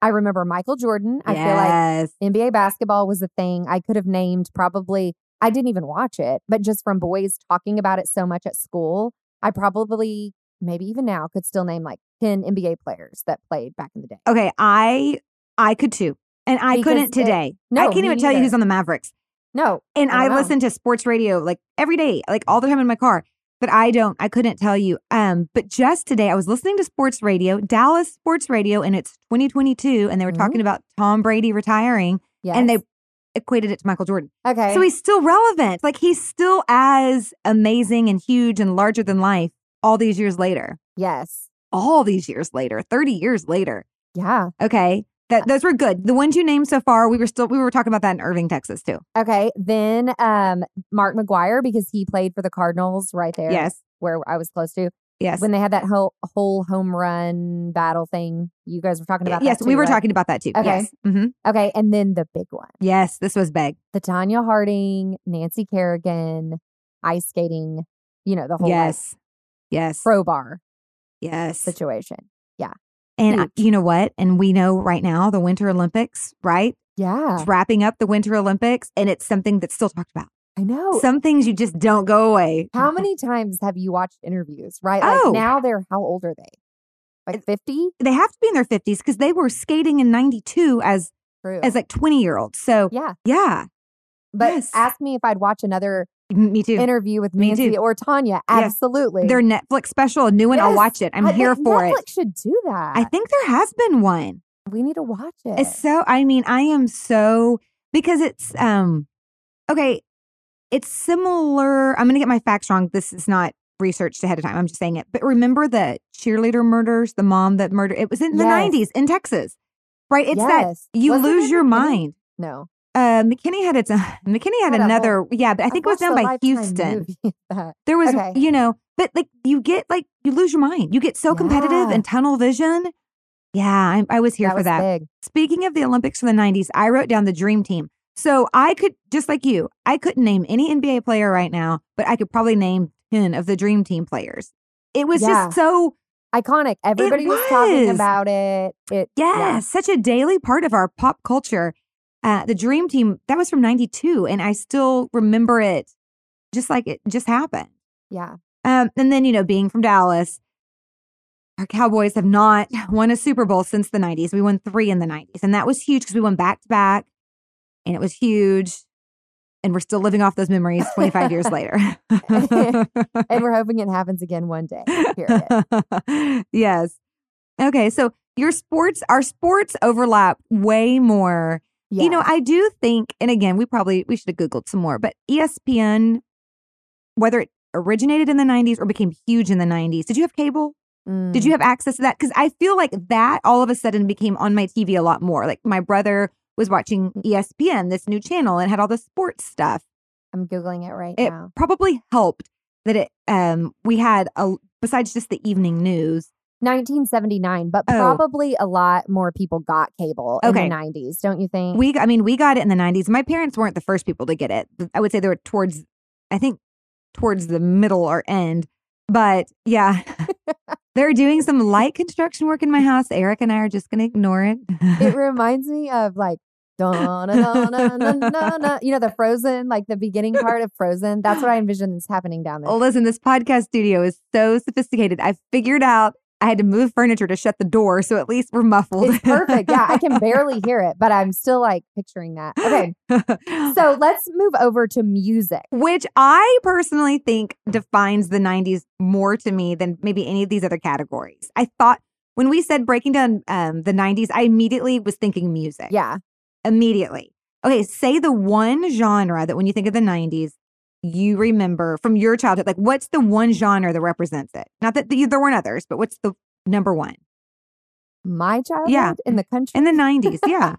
S1: I remember Michael Jordan. I feel like
S2: yes.
S1: NBA basketball was a thing I could have named probably I didn't even watch it, but just from boys talking about it so much at school, I probably maybe even now could still name like 10 NBA players that played back in the day.
S2: Okay, I I could too. And I
S1: Because
S2: couldn't
S1: it-
S2: today.
S1: No,
S2: I can't
S1: me
S2: even tell you
S1: neither.
S2: who's on the Mavericks.
S1: No.
S2: And
S1: I
S2: I,
S1: don't know.
S2: listen to sports radio like every day, like all the time in my car. But I don't, I couldn't tell you. Um, but just today I was listening to sports radio, Dallas sports radio, and it's 2022, and they were
S1: Mhm.
S2: talking about Tom Brady retiring,
S1: Yes.
S2: and they equated it to Michael Jordan.
S1: Okay.
S2: So he's still relevant. Like he's still as amazing and huge and larger than life all these years later.
S1: yes.
S2: All these years later, 30 years later.
S1: Yeah.
S2: Okay. That those were good. The ones you named so far, we were still we were talking about that in Irving, Texas too.
S1: Okay. Then um Mark McGuire because he played for the Cardinals right there.
S2: Yes.
S1: Where I was close to
S2: Yes.
S1: when they had that whole whole home run battle thing. You guys were talking about
S2: yes,
S1: that.
S2: we
S1: too,
S2: were
S1: right?
S2: talking about that too.
S1: Okay.
S2: Yes. hmm
S1: Okay, and then the big one.
S2: Yes, this was big.
S1: the Tanya Harding, Nancy Kerrigan, ice skating, you know, the whole like,
S2: Yes. Yes.
S1: crowbar
S2: Yes.
S1: situation.
S2: And I- you know what? And we know right now the Winter Olympics, right?
S1: Yeah,
S2: It's wrapping up the Winter Olympics and it's something that's still talked about.
S1: I know.
S2: Some things you just don't go away.
S1: Oh. how many times have you watched interviews, right? Like
S2: Oh.
S1: now they're, how old are they? Like 50?
S2: they have to be in their 50s because they were skating in 92 as
S1: True.
S2: as like 20 year olds so
S1: yeah.
S2: yeah
S1: But
S2: yes.
S1: ask me if I'd watch another
S2: m- me too
S1: interview with
S2: Me
S1: Nancy
S2: too.
S1: or Tanya.
S2: Yes.
S1: Absolutely.
S2: their netflix special a new one i'll
S1: Yes.
S2: watch it i'm
S1: I-
S2: here
S1: like,
S2: for
S1: Netflix
S2: it
S1: should do that.
S2: i think there has been one
S1: we need to watch it.
S2: it's so i mean i am so because it's um okay it's similar i'm gonna get my facts wrong this is not researched ahead of time i'm just saying it but remember the cheerleader murders the mom that murdered it was in the
S1: Yes.
S2: 90s in texas right it's that
S1: yes.
S2: you
S1: Wasn't
S2: lose
S1: it
S2: your
S1: McKinney?
S2: mind
S1: No.
S2: Uh, McKinney had its McKinney had,
S1: Had a
S2: another yeah, but I think it was
S1: watched
S2: down
S1: the
S2: by
S1: Lifetime
S2: Houston.
S1: movie of that.
S2: There was
S1: Okay.
S2: you know, but like you get like you lose your mind. You get so competitive
S1: Yeah.
S2: and tunnel vision. Yeah, I, I was here
S1: that
S2: for
S1: was
S2: that.
S1: big.
S2: Speaking of the Olympics from the '90s, I wrote down the dream team. So I could just like you, I couldn't name any NBA player right now, but I could probably name ten of the dream team players. It was
S1: Yeah.
S2: just so
S1: iconic. Everybody was. talking
S2: was.
S1: about it. It
S2: yes,
S1: yeah.
S2: such a daily part of our pop culture. Uh, the Dream Team that was from '92, and I still remember it, just like it just happened.
S1: yeah,
S2: Um, and then you know, being from Dallas, our Cowboys have not won a Super Bowl since the '90s. We won three in the '90s, and that was huge because we went back to back, and it was huge. And we're still living off those memories 25 years later.
S1: and we're hoping it happens again one day. Period.
S2: yes. Okay, so your sports, our sports overlap way more.
S1: Yeah.
S2: You know, I do think, and again, we probably we should have googled some more, but E ESPN, whether it originated in the '90s or became huge in the '90s, did you have cable?
S1: Mm,
S2: Did you have access to that? Because I feel like that all of a sudden became on my TV a lot more. Like my brother was watching E ESPN, this new channel, and had all the sports stuff
S1: I'm googling it right
S2: it
S1: now.
S2: probably helped that it um we had a besides just the evening news
S1: 1979, but
S2: Oh.
S1: probably a lot more people got cable in
S2: Okay.
S1: the 90s, don't you think?
S2: we i mean we got it in the 90s my parents weren't the first people to get it i would say they were towards i think towards the middle or end but yeah they're doing some light construction work in my house eric and i are just gonna ignore it
S1: it reminds me of like. dun, dun, dun, dun, dun, dun, dun. You know, the Frozen, like the beginning part of Frozen. That's what I envision is happening down there.
S2: Oh, listen this podcast studio is so sophisticated i figured out i had to move furniture to shut the door so at least we're muffled
S1: It's perfect. Yeah, I can barely hear it, but I'm still like picturing that. Okay.
S2: so
S1: So let's move over to music.
S2: which I personally think defines the 90s more to me than maybe any of these other categories. I thought when we said breaking down um, the 90s, I immediately was thinking music.
S1: Yeah.
S2: Immediately. Okay, say the one genre that when you think of the 90s, you remember from your childhood. Like, what's the one genre that represents it? Not that the, there weren't others, but what's the number one
S1: my childhood in the country.
S2: in the 90s? Yeah.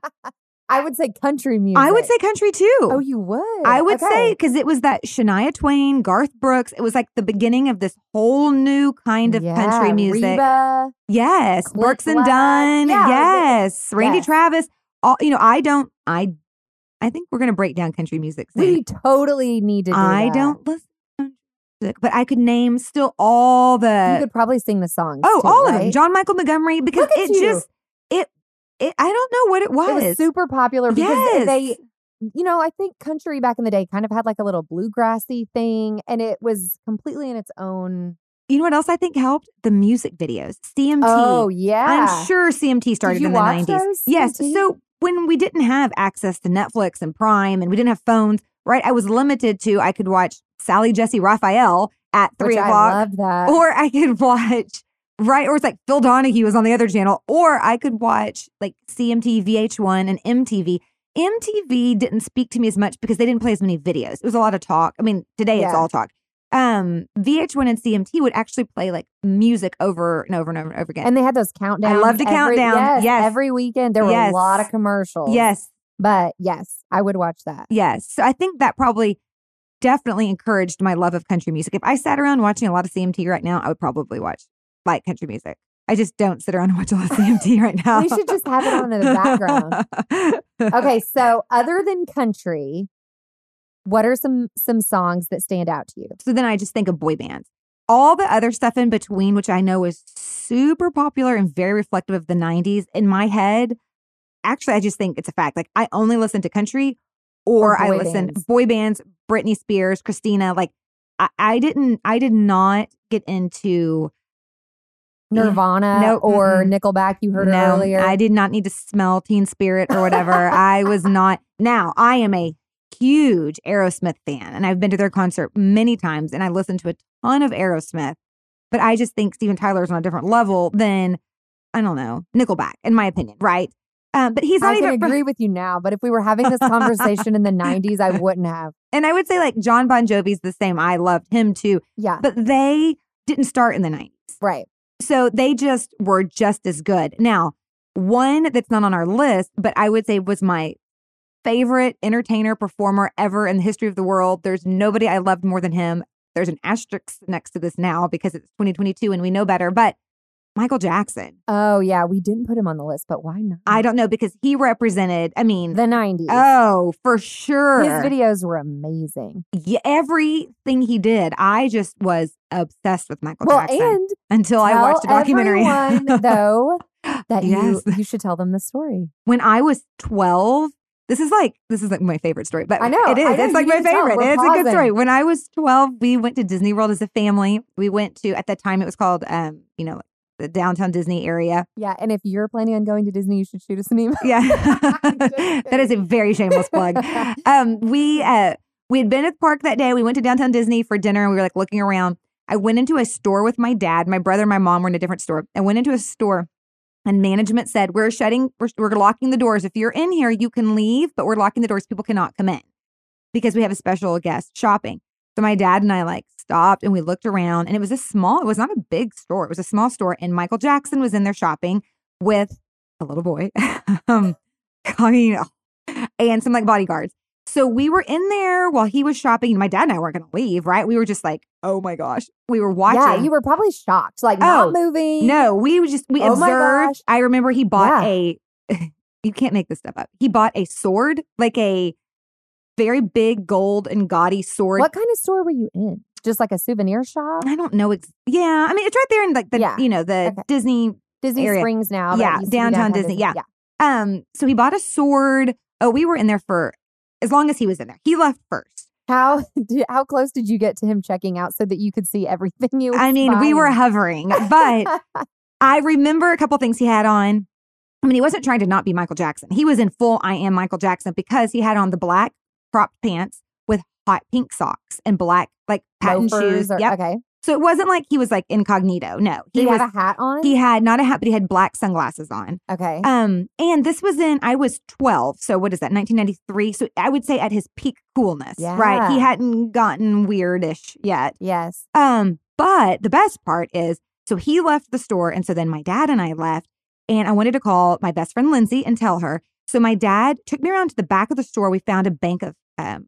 S1: I would say country music.
S2: I would say country too.
S1: Oh, you would.
S2: I would say
S1: Okay.
S2: because it was that Shania Twain, Garth Brooks. It was like the beginning of this whole new kind of country
S1: Yeah,
S2: music.
S1: Reba.
S2: Yes,
S1: Clint
S2: Brooks and
S1: Black.
S2: Dunn.
S1: Yeah, it was-
S2: yes, Randy
S1: yes.
S2: Travis. all you know, I don't I I think we're gonna break down country music soon.
S1: We totally need to. Do
S2: I
S1: that.
S2: don't listen to country music, but I could name still all
S1: You
S2: the
S1: could probably sing the songs.
S2: Oh,
S1: too,
S2: all of them.
S1: right?
S2: John Michael Montgomery because
S1: Look at
S2: it
S1: you.
S2: just it it I don't know what it was.
S1: It was super popular because
S2: Yes.
S1: they, you know, I think country back in the day kind of had like a little bluegrassy thing, and it was completely in its own.
S2: you know what else I think helped? The music videos. CMT.
S1: Oh yeah,
S2: I'm sure CMT started
S1: you
S2: in the
S1: watch
S2: 90s.
S1: those,
S2: Yes.
S1: CMT?
S2: So when we didn't have access to Netflix and Prime and we didn't have phones, right? I was limited to I could watch Sally Jesse Raphael at three
S1: Which I
S2: o'clock,
S1: love that.
S2: or I could watch right, or it's like Phil Donahue was on the other channel, or I could watch like CMT, VH1, and MTV. MTV didn't speak to me as much because they didn't play as many videos. It was a lot of talk. I mean, today it's
S1: Yeah.
S2: all talk. Um, VH1 and CMT would actually play like music over and over and over and over again.
S1: and they had those countdowns.
S2: love to
S1: every-
S2: countdown.
S1: Yes,
S2: Yes.
S1: every weekend there were a lot
S2: Yes.
S1: of commercials.
S2: yes,
S1: but yes, I would watch that.
S2: Yes. So I think that probably definitely encouraged my love of country music. If I sat around watching a lot of CMT right now, I would probably watch light country music. I just don't sit around and watch a lot of CMT right now.
S1: We should just have it on in the background. Okay, so other than country, what are some some songs that stand out to you?
S2: So then I just think of boy bands. All the other stuff in between, which I know is super popular and very reflective of the 90s, in my head, actually, I just think it's a fact. Like, I only listen to country or,
S1: Or
S2: I
S1: boy
S2: listen
S1: bands.
S2: boy bands, Britney Spears, Christina. Like, I, I didn't, I did not get into Yeah.
S1: Nirvana
S2: Nope,
S1: or
S2: Mm. mm-mm.
S1: Nickelback? You heard it
S2: no,
S1: earlier.
S2: I did not need to smell Teen Spirit or whatever. I was not. Now, I am a huge Aerosmith fan and I've been to their concert many times and I listened to a ton of Aerosmith. But I just think Steven Tyler is on a different level than, I don't know, Nickelback, in my opinion, right? Um, but he's not
S1: I
S2: even
S1: can
S2: from-
S1: agree with you now, but if we were having this conversation in the 90s, I wouldn't have.
S2: and I would say like John Bon Jovi's the same. I loved him too,
S1: Yeah,
S2: but they didn't start in the 90s.
S1: right.
S2: So they just were just as good. Now, one that's not on our list, but I would say was my favorite entertainer performer ever in the history of the world. There's nobody I loved more than him. There's an asterisk next to this now because it's 2022 and we know better, but Michael Jackson.
S1: Oh, yeah, we didn't put him on the list, but why not?
S2: I don't know because he represented, I mean,
S1: the 90s.
S2: oh, for sure.
S1: His videos were amazing.
S2: Yeah, everything he did, I just was obsessed with Michael
S1: well,
S2: Jackson
S1: and
S2: until I
S1: tell
S2: watched a documentary.
S1: everyone, though, that
S2: Yes.
S1: you, you should tell them the story.
S2: when I was 12, this is like this is like my favorite story, but
S1: I know,
S2: it is.
S1: I know,
S2: it's like
S1: you
S2: my
S1: need to tell it.
S2: favorite.
S1: We're
S2: It's a good story.
S1: pausing.
S2: When I was 12, we went to Disney World as a family. We went to at that time it was called um, you know, the downtown Disney area.
S1: Yeah, and if you're planning on going to Disney, you should shoot us an email.
S2: Yeah.
S1: Just
S2: that is a very shameless plug. Um, we uh we had been at the park that day. We went to downtown Disney for dinner and we were like looking around. I went into a store with my dad. My brother and my mom were in a different store. I went into a store and management said, We're shutting, we're, we're locking the doors. If you're in here, you can leave, but we're locking the doors. People cannot come in because we have a special guest shopping. So my dad and I like stopped and we looked around and it was a small, it was not a big store. It was a small store. And Michael Jackson was in there shopping with a little boy. um, I mean, and some like bodyguards. So we were in there while he was shopping. and My dad and I weren't going to leave, right? We were just like, oh my gosh. We were watching.
S1: Yeah, you were probably shocked, like not
S2: Oh,
S1: moving.
S2: No, we was just we
S1: Oh my gosh.
S2: observed. I remember he bought
S1: Yeah.
S2: a. you can't make this stuff up. He bought a sword, like a very big gold and gaudy sword.
S1: What kind of store were you in? Just like a souvenir shop?
S2: I don't know. Ex- yeah, I mean it's right there in like the
S1: Yeah.
S2: you know the
S1: Okay.
S2: Disney.
S1: Disney
S2: Area.
S1: Springs now. but it
S2: Yeah,
S1: used to be
S2: downtown Disney. Yeah. Um, so he bought a sword. Oh, we were in there for as long as he was in there. He left first.
S1: How did, how close did you get to him checking out so that you could see everything you?
S2: I mean, we were hovering, but I remember a couple things he had on. I mean, he wasn't trying to not be Michael Jackson. He was in full I am Michael Jackson because he had on the black cropped pants with hot pink socks and black like patent shoes.
S1: Or,
S2: yep.
S1: Okay.
S2: So it wasn't like he was like incognito. No,
S1: Did he,
S2: he was.
S1: have a hat on?
S2: he had not a hat, but he had black sunglasses on.
S1: okay.
S2: Um, and this was in I was twelve, so what is that? Nineteen ninety three. So I would say at his peak coolness, right? He
S1: Yeah.
S2: hadn't gotten weirdish yet.
S1: yes.
S2: Um, but the best part is so he left the store and so then my dad and I left and I wanted to call my best friend Lindsay and tell her. So my dad took me around to the back of the store. We found a bank of um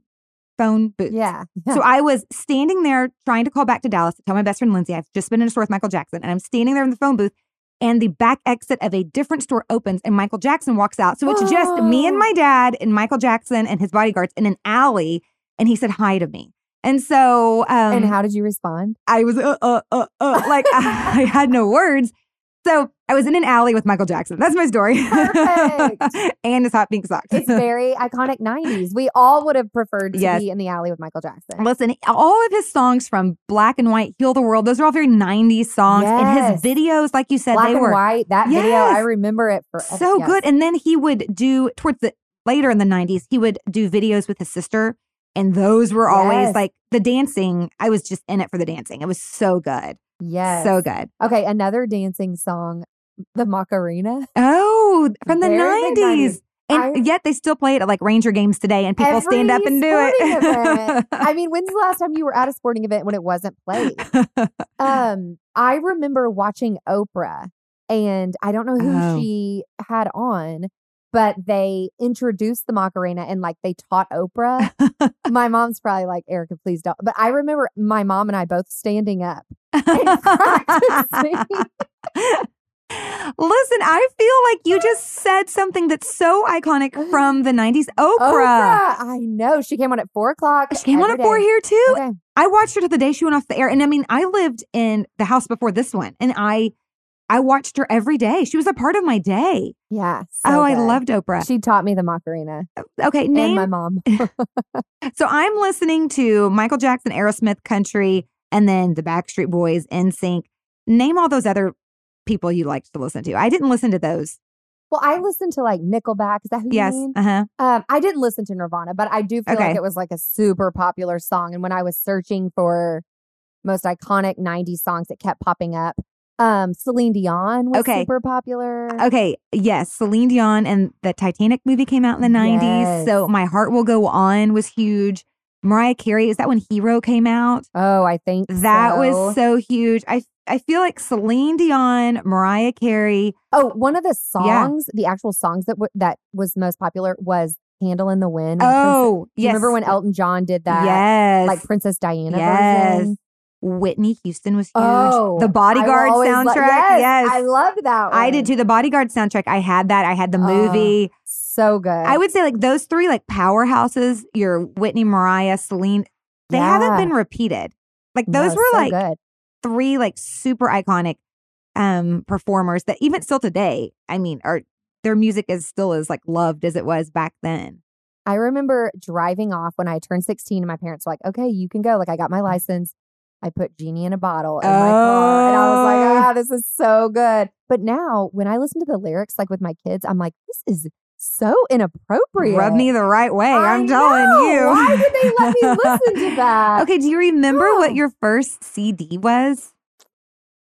S2: phone booths.
S1: Yeah.
S2: So I was standing there trying to call back to Dallas to tell my best friend Lindsay I've just been in a store with Michael Jackson and I'm standing there in the phone booth and the back exit of a different store opens and Michael Jackson walks out. So it's just me and my dad and Michael Jackson and his bodyguards in an alley. And he said hi to me. And so, um,
S1: and how did you respond?
S2: I was uh, uh, uh, uh, like I, I had no words. So I was in an alley with Michael Jackson. That's my story.
S1: Perfect.
S2: and his hot pink socks.
S1: It's very iconic 90s. We all would have preferred to
S2: Yes.
S1: be in the alley with Michael Jackson.
S2: Listen, all of his songs from Black and White, Heal the World, those are all very 90s songs. And
S1: Yes.
S2: his videos, like you said,
S1: Black
S2: they
S1: and
S2: were
S1: white, that video,
S2: Yes.
S1: I remember it forever.
S2: so
S1: Yes.
S2: good. And then he would do towards the later in the 90s, he would do videos with his sister. And those were always
S1: Yes.
S2: like the dancing. I was just in it for the dancing. It was so good.
S1: Yes.
S2: So good.
S1: Okay, another dancing song, the Macarena.
S2: Oh, from the
S1: Very big
S2: 90s.
S1: 90s.
S2: And
S1: I-
S2: yet they still play it at like Ranger games today and people stand up
S1: Every
S2: and do
S1: sporting event.
S2: it.
S1: I mean, when's the last time you were at a sporting event when it wasn't played? Um, I remember watching Oprah, and I don't know who
S2: Oh.
S1: she had on, but they introduced the Macarena and like they taught Oprah. my mom's probably like, Erica, please don't. But I remember my mom and I both standing up. practicing.
S2: Listen, I feel like you just said something that's so iconic from the 90s. Oprah.
S1: Oprah, I know she came on at four o'clock.
S2: She came on
S1: every
S2: at four
S1: day.
S2: here too.
S1: Okay.
S2: I watched her to the day she went off the air. And I mean, I lived in the house before this one and I I watched her every day. She was a part of my day.
S1: Yeah.
S2: oh,
S1: so
S2: I
S1: good.
S2: loved Oprah.
S1: She taught me the Macarena
S2: okay,
S1: and
S2: name
S1: my mom.
S2: So I'm listening to Michael Jackson, Aerosmith, Country, and then the Backstreet Boys, NSYNC. Name all those other people you liked to listen to. I didn't listen to those.
S1: Well, I listened to like Nickelback. Is that who
S2: Yes.
S1: you mean?
S2: Uh huh.
S1: Um, I didn't listen to Nirvana, but I do feel
S2: Okay.
S1: like it was like a super popular song. And when I was searching for most iconic 90s songs, it kept popping up. Um, Celine Dion was
S2: Okay.
S1: super popular.
S2: Okay. Yes. Celine Dion and the Titanic movie came out in the 90s. So
S1: Yes.
S2: My Heart Will Go On was huge. Mariah Carey, is that when Hero came out?
S1: Oh, I think
S2: That
S1: so.
S2: was so huge. I, I feel like Celine Dion, Mariah Carey.
S1: Oh, one of the
S2: Yeah.
S1: songs, the actual songs that w- that was most popular was "Candle in the Wind." when Prince-
S2: Oh,
S1: Do you
S2: yes.
S1: remember when Elton John did that?
S2: Yes.
S1: like Princess Diana
S2: Yes.
S1: version.
S2: Whitney Houston was huge.
S1: Oh,
S2: the
S1: I
S2: Bodyguard
S1: will always
S2: soundtrack.
S1: lo-
S2: yes,
S1: yes, I loved that. One.
S2: I did too. The Bodyguard soundtrack. I had that. I had the
S1: Oh.
S2: movie.
S1: So good.
S2: I would say like those three like powerhouses. Your Whitney, Mariah, Celine. They haven't
S1: Yeah.
S2: been repeated. Like
S1: No,
S2: those were
S1: so
S2: like
S1: good.
S2: three like super iconic um performers that even still today. I mean, are their music is still as like loved as it was back then.
S1: I remember driving off when I turned 16 and my parents were like, okay, you can go. Like, I got
S2: Mm.
S1: my license. I put Genie in a bottle in my car. And I was
S2: Oh.
S1: like, ah, this is so good. But now when I listen to the lyrics, like with my kids, I'm like, this is so inappropriate.
S2: Rub me the right way.
S1: I
S2: I'm telling
S1: know.
S2: you.
S1: Why did they let me listen to that?
S2: Okay, do you remember
S1: Oh.
S2: what your first CD was?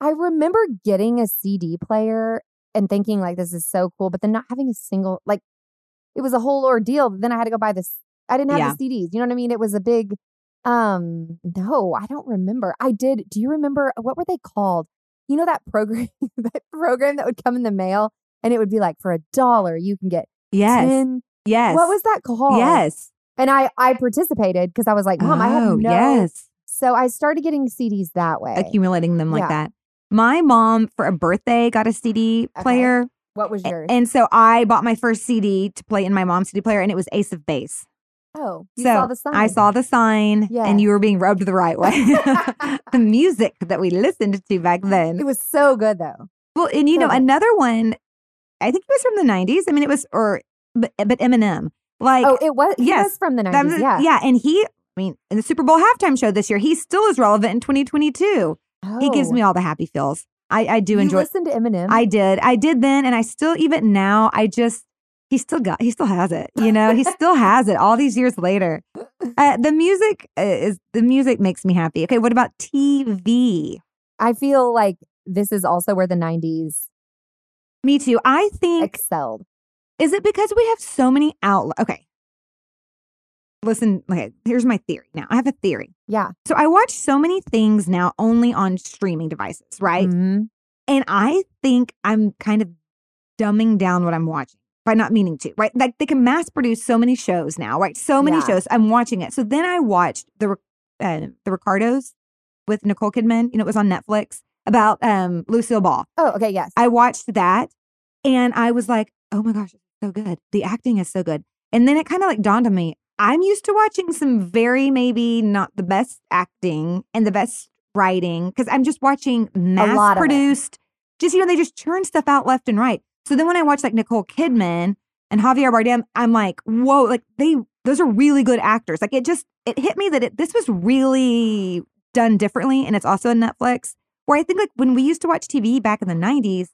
S1: I remember getting a CD player and thinking like this is so cool, but then not having a single like it was a whole ordeal. Then I had to go buy this. I didn't have the CDs. You know what I mean? It was a big um no, I don't remember. I did. Do you remember what were they called? You know that program that program that would come in the mail and it would be like for a dollar you can get
S2: Yes.
S1: 10
S2: yes.
S1: What was that called?
S2: Yes.
S1: And I I participated because I was like, "Mom, I
S2: Oh,
S1: have no."
S2: Yes.
S1: So I started getting CDs that way.
S2: Accumulating them like
S1: Yeah.
S2: that. My mom for a birthday got a CD
S1: Okay.
S2: player.
S1: what was
S2: a-
S1: yours?
S2: And so I bought my first CD to play in my mom's CD player and it was Ace of Base.
S1: oh, you
S2: so
S1: saw the sign.
S2: I saw the sign and you were being rubbed the right way. the music that we listened to back then.
S1: It was so good though.
S2: Well, and you know,
S1: Okay.
S2: another one, I think it was from the 90s. I mean, it was, or, but, but Eminem. Like,
S1: oh, it was. He
S2: yes,
S1: was from the
S2: That
S1: nineties.
S2: was-
S1: Yeah.
S2: and he, I mean, in the Super Bowl halftime show this year, he still is relevant in 2022. He gives
S1: Oh.
S2: me all the happy feels. I, I do
S1: you
S2: enjoy.
S1: Listen to Eminem.
S2: I did, I did then, and I still even now. I just he still got he still has it. You know, he still has it all these years later. Uh, the music uh, is the music makes me happy. Okay, what about TV?
S1: I feel like this is also where the nineties
S2: Me too. I think
S1: excelled.
S2: Is it because we have so many outlets? Okay. Listen, okay, here's my theory now. I have a theory.
S1: Yeah.
S2: So I watch so many things now only on streaming devices, right?
S1: Mhm.
S2: And I think I'm kind of dumbing down what I'm watching by not meaning to, right? Like they can mass produce so many shows now, right? So many
S1: Yeah.
S2: shows. I'm watching it. So then I watched the Ri- uh, the Ricardos with Nicole Kidman. You know, it was on Netflix. about um, Lucille Ball.
S1: Oh, okay. Yes.
S2: I watched that and I was like, oh my gosh, it's so good. The acting is so good. And then it kind of like dawned on me I'm used to watching some very, maybe not the best acting and the best writing because I'm just watching mass
S1: lot of it.
S2: produced, just, you know, they just churn stuff out left and right. So then when I watch like Nicole Kidman and Javier Bardem, I'm like, whoa, like they, those are really good actors. Like it just, it hit me that it, this was really done differently. And it's also on Netflix where I think like when we used to watch TV back in the 90s,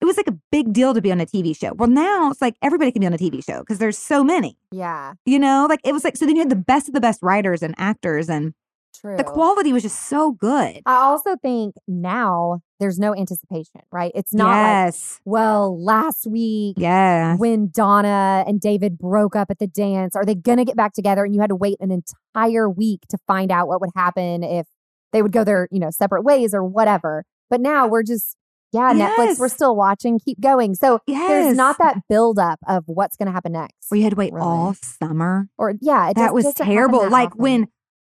S2: it was like a big deal to be on a TV show. Well, now it's like everybody can be on a TV show because there's so many,
S1: yeah.
S2: you know? Like it was like, so then you had the best of the best writers and actors, and
S1: True.
S2: the quality was just so good.
S1: I also think now there's no anticipation, right? It's not like,
S2: yes.
S1: well, last week
S2: yes.
S1: when Donna and David broke up at the dance, are they going to get back together? And you had to wait an entire week to find out what would happen if they would go their, you know, separate ways or whatever. But now we're just, yeah,
S2: Yes.
S1: Netflix, we're still watching, keep going. So
S2: yes.
S1: there's not that buildup of what's going to happen next.
S2: where you had to wait
S1: Really.
S2: all summer.
S1: Or yeah, it
S2: that
S1: just
S2: was
S1: doesn't happen
S2: terrible.
S1: that
S2: Like
S1: often.
S2: when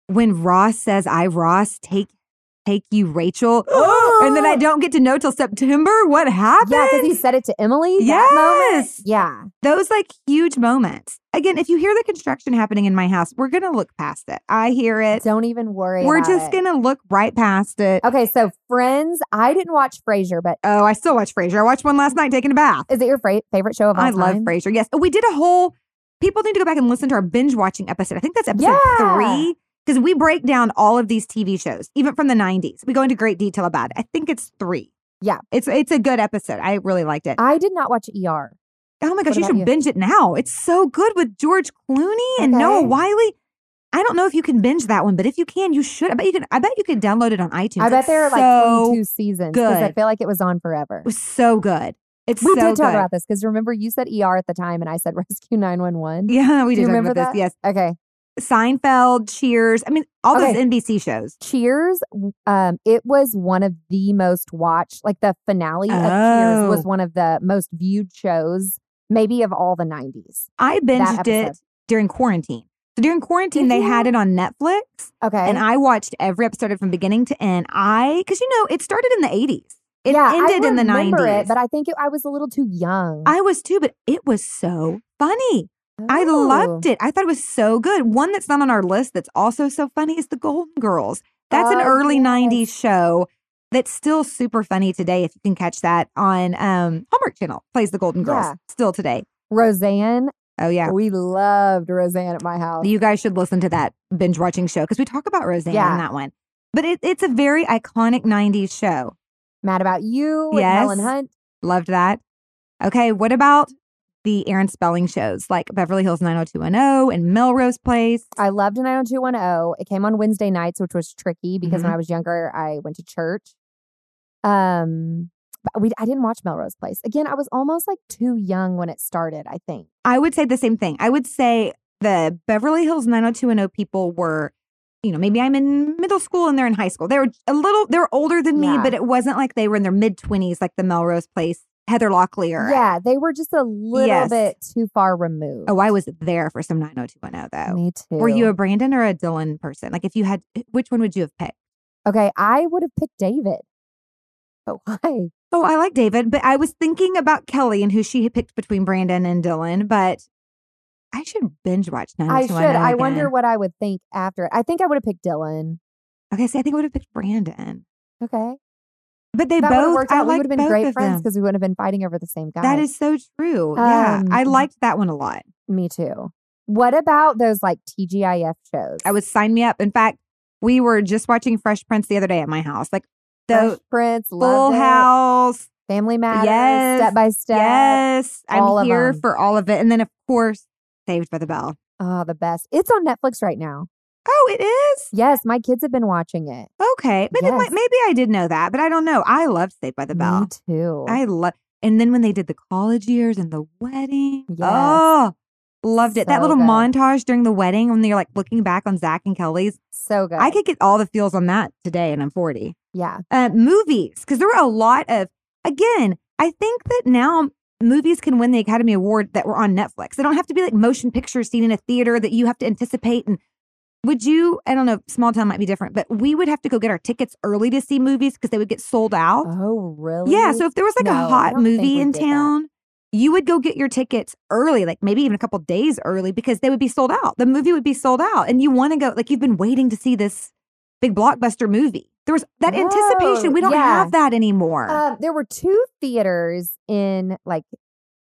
S2: when Ross says, "I Ross take take you Rachel," Oh, and then I don't get to know till September what happened.
S1: yeah, because he said it to Emily. that moment.
S2: yes,
S1: Yeah.
S2: those like huge moments. Again, if you hear the construction happening in my house, we're gonna look past it. I hear it.
S1: Don't even worry.
S2: We're
S1: about it.
S2: just gonna look right past it.
S1: Okay, so Friends. I didn't watch Frasier, but
S2: Oh, I still watch Frasier. I watched one last night taking a bath.
S1: is it your fra- favorite show of all
S2: I love
S1: time?
S2: Frasier. Yes, we did a whole. People need to go back and listen to our binge watching episode. I think that's episode
S1: Yeah.
S2: three because we break down all of these TV shows, even from the '90s. We go into great detail about it. I think it's three.
S1: Yeah.
S2: it's it's a good episode. I really liked it.
S1: I did not watch ER.
S2: oh my gosh,
S1: what
S2: you
S1: about
S2: should
S1: you?
S2: binge it now. It's so good with George Clooney and Noah
S1: Okay.
S2: Wiley. I don't know if you can binge that one, but if you can, you should. I bet you can. I bet you can download it on iTunes.
S1: I bet
S2: It's
S1: there are like
S2: so,
S1: 22 seasons because I
S2: good.
S1: feel like it was on forever.
S2: It was so good. It's
S1: We
S2: so
S1: did talk
S2: good.
S1: about this because remember you said ER at the time and I said Rescue 911.
S2: yeah, we
S1: Do
S2: did
S1: you
S2: talk
S1: remember that?
S2: about this. Yes.
S1: Okay,
S2: Seinfeld, Cheers. I mean, all those
S1: Okay.
S2: NBC shows.
S1: Cheers. Um, it was one of the most watched. Like the finale of
S2: Oh.
S1: Cheers was one of the most viewed shows, maybe of all the 90s.
S2: I binged it
S1: episode.
S2: during quarantine. So during quarantine,
S1: Did
S2: they
S1: you?
S2: had it on Netflix,
S1: Okay,
S2: and I watched every episode of it from beginning to end. I, because you know, it started in the 80s, it ended
S1: I
S2: in the
S1: remember
S2: 90s.
S1: It, but I think it, I was a little too young.
S2: I was too, but it was so funny. I
S1: Oh.
S2: loved it. I thought it was so good. One that's not on our list that's also so funny is The Golden Girls. That's an
S1: Oh,
S2: early
S1: yes.
S2: 90s show that's still super funny today if you can catch that on um, Hallmark Channel. Plays The Golden Girls
S1: Yeah.
S2: still today.
S1: Roseanne.
S2: Oh yeah.
S1: We loved Roseanne at my house.
S2: You guys should listen to that binge watching show because we talk about Roseanne in
S1: Yeah.
S2: that one. But it, it's a very iconic 90s show.
S1: Mad About You with
S2: Yes.
S1: Helen Hunt.
S2: Loved that. Okay, what about the Aaron Spelling shows like Beverly Hills 90210 and Melrose Place?
S1: I loved 90210. It came on Wednesday nights, which was tricky because
S2: Mm-hmm.
S1: when I was younger, I went to church. Um, but we I didn't watch Melrose Place. Again, I was almost like too young when it started, I think.
S2: I would say the same thing. I would say the Beverly Hills 90210 people were, you know, maybe I'm in middle school and they're in high school. They were a little, they're older than me,
S1: Yeah.
S2: but it wasn't like they were in their mid 20s, like the Melrose Place, Heather Locklear.
S1: Yeah, they were just a little
S2: Yes.
S1: bit too far removed.
S2: Oh, I was there for some 90210 though.
S1: me too.
S2: Were you a Brandon or a Dylan person? Like, if you had, which one would you have picked?
S1: okay? I would have picked David. But why?
S2: Oh, I like David, but I was thinking about Kelly and who she had picked between Brandon and Dylan, but I should binge watch
S1: I should.
S2: 90210.
S1: I wonder
S2: again.
S1: what I would think after it. I think I would have picked Dylan.
S2: Okay, see, I think I would have picked Brandon.
S1: Okay.
S2: But they
S1: that would have
S2: both,
S1: worked
S2: I
S1: out. we
S2: like
S1: would have
S2: both
S1: been great
S2: of
S1: friends
S2: them.
S1: because we wouldn't have been fighting over the same guy.
S2: That is so true. yeah, I
S1: Um,
S2: liked that one a lot.
S1: me too. What about those like TGIF shows?
S2: I would sign me up. In fact, we were just watching Fresh Prince the other day at my house. Like, the
S1: Fresh Prince,
S2: Full
S1: Love It,
S2: House,
S1: Family Matters,
S2: Yes,
S1: Step by Step.
S2: Yes,
S1: all
S2: I'm
S1: of
S2: here
S1: them.
S2: for all of it. And then, of course, Saved by the Bell.
S1: Oh, the best. It's on Netflix right now.
S2: Oh, it is
S1: Yes, my kids have been watching it.
S2: okay. But it
S1: Yes.
S2: might, maybe I did know that, but I don't know. I love Saved by the
S1: Me
S2: Bell.
S1: too.
S2: I love. And then when they did the college years and the wedding,
S1: Yes.
S2: oh, loved it. that
S1: So
S2: little
S1: good.
S2: montage during the wedding when you're like looking back on Zach and Kelly's,
S1: so good.
S2: I could get all the feels on that today, and I'm 40
S1: yeah.
S2: uh, movies because there were a lot of again i think that now movies can win the academy award that were on netflix they don't have to be like motion pictures seen in a theater that you have to anticipate and Would you? I don't know. Small town might be different, but we would have to go get our tickets early to see movies because they would get sold out.
S1: Oh, really?
S2: Yeah. So if there was like
S1: No, I
S2: a hot
S1: don't think
S2: movie
S1: we
S2: in
S1: did that.
S2: town, you would go get your tickets early, like maybe even a couple days early, because they would be sold out. The movie would be sold out, and you want to go. Like you've been waiting to see this big blockbuster movie. There was that anticipation.
S1: Oh,
S2: We don't
S1: yeah.
S2: have that anymore.
S1: Uh, there were two theaters in like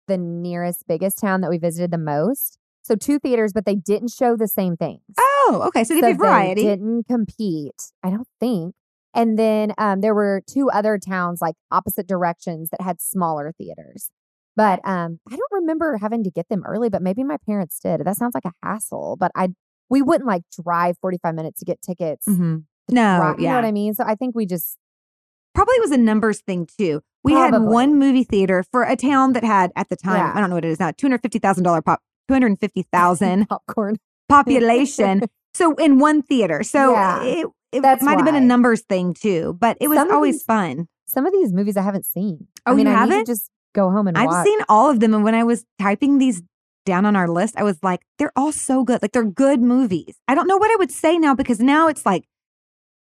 S1: the nearest biggest town that we visited the most. So two theaters, but they didn't show the same things.
S2: oh, okay. So, give
S1: So
S2: you variety.
S1: They didn't compete, I don't think. And then um, there were two other towns like opposite directions that had smaller theaters. But um, I don't remember having to get them early, but maybe my parents did. That sounds like a hassle, but I we wouldn't like drive 45 minutes to get tickets.
S2: Mhm. No,
S1: Right, You
S2: yeah.
S1: know what I mean? So I think we just
S2: probably it was a numbers thing too. We had
S1: Probably.
S2: one movie theater for a town that had at the time,
S1: Yeah.
S2: I don't know what it is now, two hundred fifty thousand dollar pop, two hundred fifty thousand
S1: popcorn.
S2: population. so in one theater, so
S1: Yeah.
S2: it, it
S1: That's
S2: might have been a
S1: why.
S2: numbers thing too, but it was
S1: Some of
S2: always
S1: these-
S2: fun.
S1: Some of these movies I haven't seen. I
S2: Oh,
S1: mean,
S2: you
S1: I need to
S2: haven't?
S1: just go home and
S2: I've
S1: watch.
S2: seen all of them, and when I was typing these down on our list, I was like, they're all so good. Like they're good movies. I don't know what I would say now because now it's like.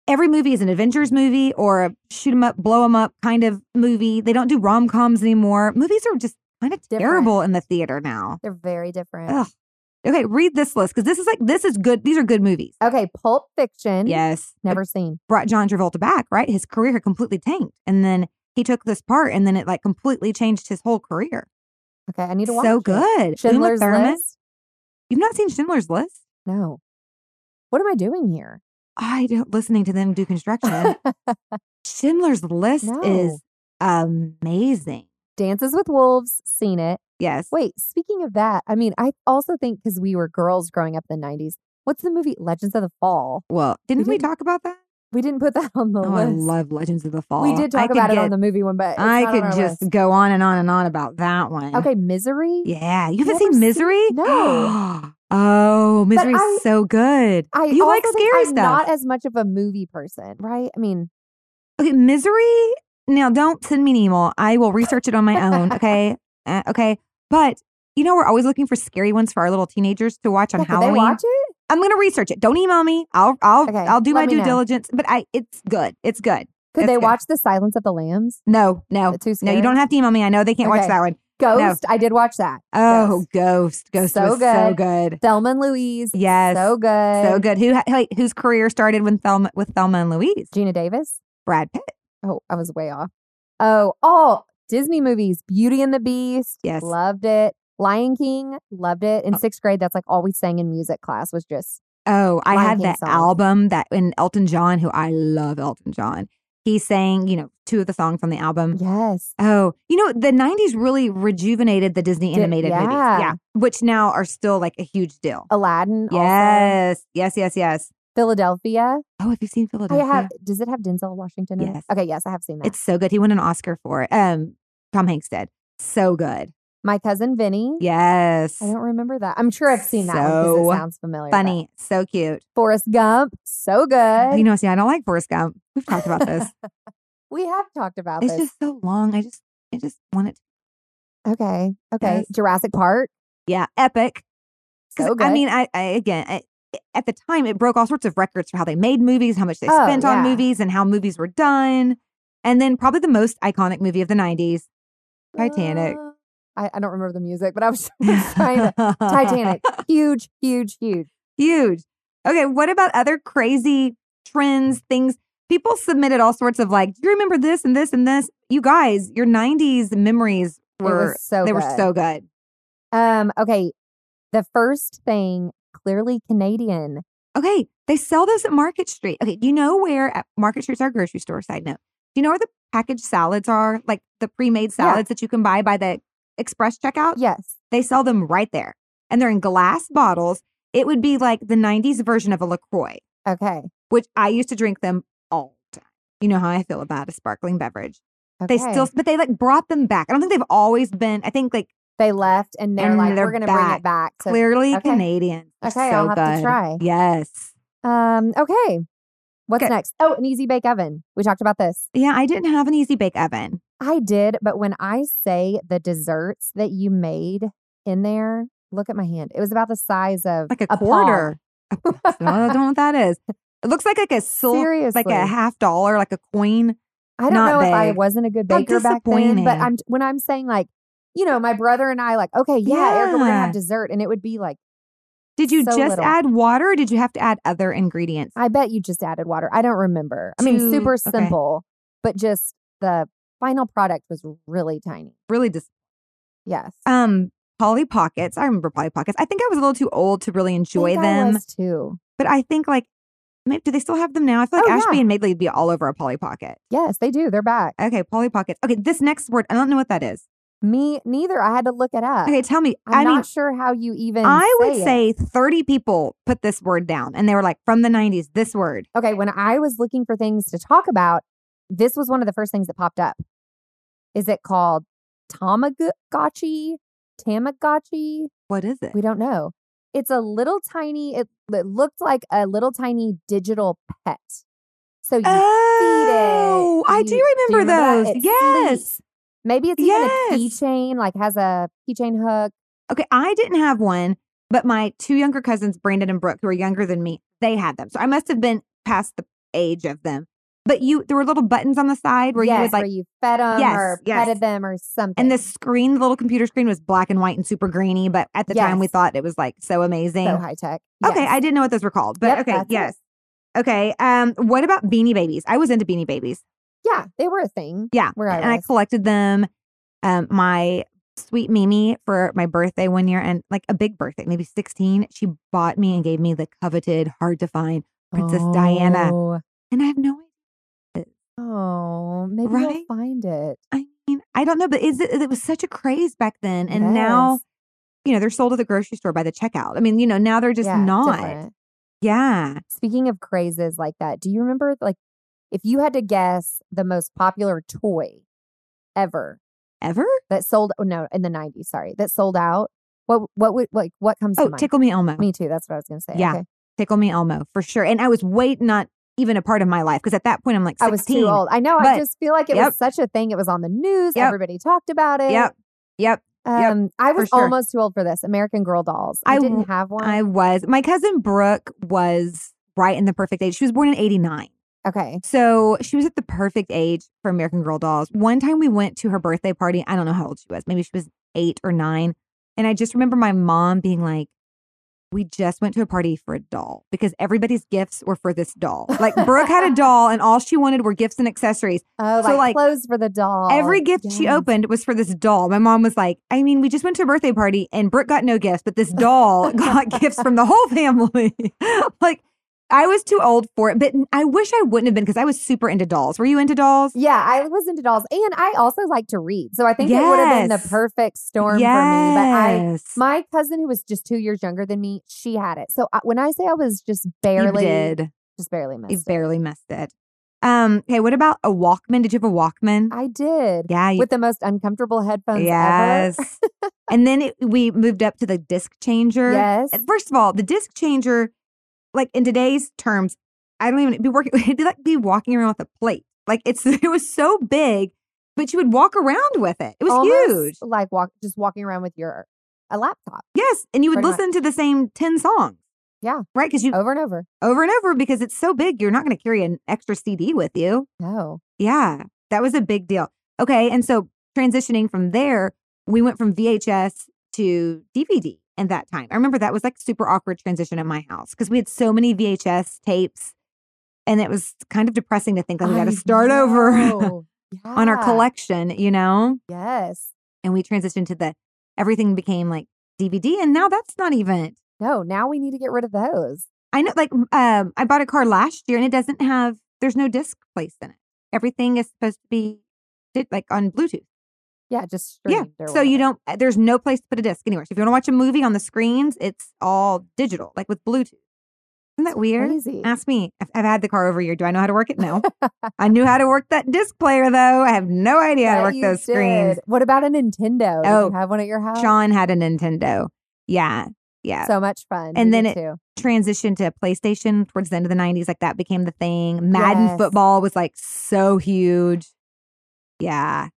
S2: Every movie is an adventures movie or a shoot 'em up, blow 'em up kind of movie. They don't do rom coms anymore. Movies are just kind of
S1: Different.
S2: terrible in the theater now.
S1: They're very different.
S2: Ugh. Okay, read this list because this is like this is good. These are good movies.
S1: Okay, Pulp Fiction.
S2: Yes,
S1: Never seen.
S2: brought John Travolta back, right? His career had completely tanked. And then he took this part and then it like completely changed his whole career.
S1: Okay, I need to watch.
S2: So
S1: it.
S2: good.
S1: Schindler's
S2: Uma Thurman.
S1: List.
S2: You've not seen Schindler's List?
S1: No. What am I doing here?
S2: I don't listening to them do construction. Schindler's List
S1: No.
S2: is amazing.
S1: Dances with Wolves, seen it.
S2: Yes.
S1: Wait, speaking of that, I mean, I also think because we were girls growing up in the 90s, what's the movie Legends of the Fall?
S2: Well, didn't we
S1: didn't-
S2: talk about that?
S1: We didn't put that on the
S2: Oh, I
S1: list.
S2: love Legends of the Fall.
S1: we did
S2: I
S1: talk
S2: could
S1: about it
S2: get-
S1: on the movie one, but it's
S2: I
S1: not on
S2: could
S1: our
S2: just
S1: list.
S2: go on and on and on about that one.
S1: Okay, Misery.
S2: Yeah. You haven't
S1: Never
S2: seen
S1: seen-
S2: Misery?
S1: No.
S2: oh, Misery's
S1: I-
S2: so good.
S1: I
S2: you like
S1: also think
S2: scary
S1: I'm
S2: stuff.
S1: Not as much of a movie person, right? I mean,
S2: Okay, misery. Now, don't send me an email. I will research it on my own. Okay. Uh, okay. But you know, we're always looking for scary ones for our little teenagers to watch on
S1: yeah, did they
S2: Halloween.
S1: watch it?
S2: I'm going to research it. Don't email me. I'll, I'll,
S1: Okay,
S2: I'll do
S1: let
S2: my
S1: me
S2: due
S1: know.
S2: diligence. But I, it's good. It's good.
S1: Could
S2: It's
S1: they
S2: good.
S1: watch The Silence of the Lambs?
S2: No, no,
S1: The two
S2: Oh, no. You don't have to email me. I know they can't watch
S1: Okay.
S2: that one.
S1: Ghost. I did watch that.
S2: Oh, Ghost. Ghost
S1: So
S2: was so good.
S1: Thelma and Louise.
S2: Yes.
S1: So good.
S2: So good. Who, hey, whose career started when Thelma with Thelma and Louise?
S1: Gina Davis.
S2: Brad Pitt.
S1: Oh, I was way off. Oh, all Disney movies. Beauty and the Beast.
S2: Yes.
S1: Loved it. Lion King. Loved it. In
S2: Oh.
S1: sixth grade, that's like all we sang in music class was just
S2: Oh, I
S1: Lion
S2: had
S1: King
S2: that
S1: songs.
S2: album that and Elton John, who I love Elton John. He sang, you know, two of the songs on the album.
S1: yes.
S2: Oh, you know, the 90s really rejuvenated the Disney
S1: Did-
S2: animated movies.
S1: yeah. Oh,
S2: Yeah. Which now are still like a huge deal.
S1: Aladdin. Also.
S2: Yes. Yes, yes, yes.
S1: Philadelphia.
S2: Oh, have you seen
S1: I
S2: Philadelphia?
S1: have. Does it have Denzel Washington? in it?
S2: Yes.
S1: Okay. Yes, I have seen that.
S2: It's so good. He won an Oscar for it. Um, Tom Hanks did. So good.
S1: My cousin Vinny.
S2: Yes.
S1: I don't remember that. I'm sure I've seen that one
S2: So
S1: because it sounds familiar. but-
S2: Funny. So cute.
S1: Forrest Gump. So good.
S2: You know, see, I don't like Forrest Gump. We've talked about this.
S1: we have talked about
S2: it's
S1: this.
S2: just so long. I just I just want it to
S1: okay. Okay.
S2: Yes.
S1: Jurassic Park.
S2: Yeah, epic. 'Cause,
S1: So
S2: I
S1: good.
S2: mean, I, I again, I, eh, at the time, it broke all sorts of records for how they made movies, how much they
S1: Oh,
S2: spent on
S1: yeah.
S2: movies, and how movies were done. And then probably the most iconic movie of the '90s, Titanic.
S1: Uh, I, I don't remember the music, but I was trying to. Titanic. Huge, huge, huge.
S2: huge. Okay, what about other crazy trends, things? People submitted all sorts of like, do you remember this and this and this? You guys, your '90s memories
S1: it
S2: were
S1: was so
S2: they
S1: good.
S2: were so good.
S1: Um, okay. The first thing, clearly Canadian.
S2: Okay, they sell those at Market Street. Okay, do you know where at Market Street's our grocery store? Side note, do you know where the packaged salads are? Like the pre-made
S1: Yeah.
S2: salads that you can buy by the express checkout.
S1: Yes.
S2: They sell them right there, and they're in glass bottles. It would be like the '90s version of a Lacroix,
S1: Okay.
S2: which I used to drink them all the time. You know how I feel about a sparkling beverage.
S1: okay.
S2: They still, but they like brought them back. I don't think they've always been. I think like
S1: they left and they're
S2: And
S1: like,
S2: they're
S1: we're gonna bring
S2: back.
S1: it back. So
S2: clearly
S1: okay.
S2: Canadian. They're
S1: Okay,
S2: so
S1: I'll have to
S2: good.
S1: try.
S2: Yes.
S1: um, okay. What's
S2: Okay.
S1: next? Oh, an easy bake oven. We talked about this.
S2: Yeah, I didn't have an easy bake oven.
S1: I did, but when I say the desserts that you made in there, look at my hand. It was about the size of
S2: like a,
S1: palm.
S2: quarter. I don't know what that is. It looks like like a silk,
S1: Seriously.
S2: like a half dollar, like a coin.
S1: I don't
S2: Not
S1: know if I
S2: big.
S1: wasn't a good
S2: How
S1: baker back then, but
S2: disappointing.
S1: I'm when I'm saying like, you know, my brother and I like, okay, yeah, Erica, we're gonna
S2: Yeah.
S1: have dessert, and it would be like,
S2: Did you
S1: So
S2: just
S1: little.
S2: add water? or Did you have to add other ingredients?
S1: I bet you just added water. I don't remember. I mean,
S2: To-
S1: super
S2: okay.
S1: simple, but just the final product was really tiny.
S2: really just
S1: Yes,
S2: um Polly Pockets. I remember Polly Pockets. I think I was a little too old to really enjoy
S1: think I
S2: them,
S1: was too.
S2: but I think like maybe do they still have them now? I feel like
S1: Oh,
S2: Ashby
S1: yeah.
S2: and Madeley would be all over a Polly Pocket.
S1: Yes, they do. They're back.
S2: Okay, Polly Pockets. Okay, this next word I don't know what that is.
S1: Me neither. I had to look it up.
S2: Okay, tell me.
S1: Uh, I'm
S2: I
S1: not
S2: mean,
S1: sure how you even.
S2: I would
S1: say it.
S2: say 30 people put this word down and they were like, from the 90s, this word.
S1: okay, when I was looking for things to talk about, this was one of the first things that popped up. Is it called Tamagotchi? Tamagotchi?
S2: What is it?
S1: We don't know. It's a little tiny, it, it looked like a little tiny digital pet. So you,
S2: Oh, I
S1: You-
S2: do
S1: do you
S2: remember
S1: remember that?
S2: those.
S1: It's
S2: yes.
S1: maybe it's even a
S2: Yes.
S1: keychain, like has a keychain hook.
S2: Okay, I didn't have one, but my two younger cousins, Brandon and Brooke, who are younger than me, they had them. So I must have been past the age of them. But you, there were little buttons on the side where
S1: yes,
S2: you would like,
S1: where you fed them
S2: Yes,
S1: or
S2: yes.
S1: petted them or something.
S2: and the screen, the little computer screen was black and white and super grainy. But at the time, we
S1: Yes.
S2: thought it was like so amazing.
S1: so high tech.
S2: Okay,
S1: Yes.
S2: I didn't know what those were called, but
S1: Yep,
S2: okay,
S1: that's it.
S2: yes. Okay, um, what about Beanie Babies? I was into Beanie Babies.
S1: yeah, they were a thing.
S2: Yeah,
S1: where I
S2: and I
S1: was.
S2: collected them. Um, my sweet Mimi for my birthday one year, and like a big birthday, maybe sixteen, she bought me and gave me the coveted, hard to find Princess Diana,
S1: Oh.
S2: and I have no.
S1: Oh, maybe
S2: Right?
S1: you'll find it.
S2: I mean, I don't know, but is it? It was such a craze back then, and now
S1: Yes.
S2: you know they're sold at the grocery store by the checkout. I mean, you know now they're just
S1: Yeah,
S2: not.
S1: different.
S2: Yeah.
S1: Speaking of crazes like that, do you remember like if you had to guess the most popular toy ever
S2: Ever?
S1: that sold? Oh no, in the nineties. Sorry, that sold out. What what would like what comes
S2: Oh,
S1: to mind?
S2: tickle me Elmo.
S1: Me too. That's what I was gonna say.
S2: Yeah.
S1: Okay.
S2: Tickle Me Elmo for sure. And I was way not even a part of my life because at that point I'm like 16.
S1: I was too old. I know.
S2: But-
S1: I just feel like it
S2: yep.
S1: was such a thing. It was on the news.
S2: Yep.
S1: Everybody talked about it.
S2: Yep. Yep. yep,
S1: Um, I was
S2: for sure.
S1: almost too old for this. American Girl dolls. I,
S2: I w-
S1: didn't have one.
S2: I was. My cousin Brooke was right in the perfect age. She was born in 89.
S1: okay.
S2: So she was at the perfect age for American Girl dolls. One time we went to her birthday party. I don't know how old she was. Maybe she was eight or nine. And I just remember my mom being like, we just went to a party for a doll because everybody's gifts were for this doll. Like Brooke had a doll and all she wanted were gifts and accessories.
S1: Oh,
S2: So,
S1: like,
S2: like,
S1: clothes for the doll.
S2: Every gift she
S1: Oh, Yes.
S2: opened was for this doll. My mom was like, I mean, we just went to a birthday party and Brooke got no gifts, but this doll got gifts from the whole family. like, I was too old for it, but I wish I wouldn't have been because I was super into dolls. Were you into dolls?
S1: Yeah, I was into dolls, and I also like to read, so I think it would have been
S2: Yes.
S1: the perfect storm for me. But I,
S2: Yes.
S1: my cousin who was just two years younger than me, she had it. So I, when I say I was just
S2: You
S1: barely,
S2: did.
S1: just barely
S2: You
S1: missed, it.
S2: barely missed it. Um, okay, what about a Walkman? Did you have a Walkman?
S1: I did
S2: yeah,
S1: Um,
S2: you
S1: with the most uncomfortable headphones
S2: Yes. and then it, we moved up to the disc changer.
S1: ever. Yes,
S2: And First of all, the disc changer, like in today's terms, I don't even it'd be working. It'd like be walking around with a plate. Like it's it was so big, but you would walk around with it. It was
S1: Almost
S2: huge.
S1: Like walk, just walking around with your a laptop
S2: Yes, and you would
S1: Pretty much.
S2: listen to the same ten songs.
S1: Yeah. Oh.
S2: right. Because you
S1: over and over.
S2: over and over because it's so big, you're not going to carry an extra CD with you.
S1: No,
S2: Yeah, that was a big deal. Okay, and so transitioning from there, we went from VHS to DVD in that time. I remember that was like super awkward transition at my house because we had so many VHS tapes and it was kind of depressing to think like we got to
S1: I
S2: start over
S1: know.
S2: on our
S1: Yeah.
S2: collection, you know?
S1: Yes,
S2: And we transitioned to the everything became like DVD and now that's not even
S1: no. Now we need to get rid of those.
S2: I know like um I bought a car last year and it doesn't have there's no disc placed in it. Everything is supposed to be did like on Bluetooth.
S1: Yeah, just
S2: Yeah.
S1: streamed or
S2: So you
S1: whatever.
S2: don't, uh, there's no place to put a disc anywhere. So if you want to watch a movie on the screens, it's all digital, like with Bluetooth. Isn't that weird?
S1: Crazy.
S2: Ask me. I've, I've had the car over a year. Do I know how to work it? No. I knew how to work that disc player, though. I have no idea how to
S1: Bet
S2: work
S1: you
S2: those screens.
S1: did. What about a Nintendo? Did
S2: Oh,
S1: you have one at your house?
S2: Sean had a Nintendo. Yeah. Yeah.
S1: So much fun.
S2: And
S1: We
S2: then
S1: did
S2: it-
S1: too.
S2: Transitioned to PlayStation towards the end of the 90s. Like that became the thing. Madden
S1: Yes.
S2: football was like so huge. Yeah.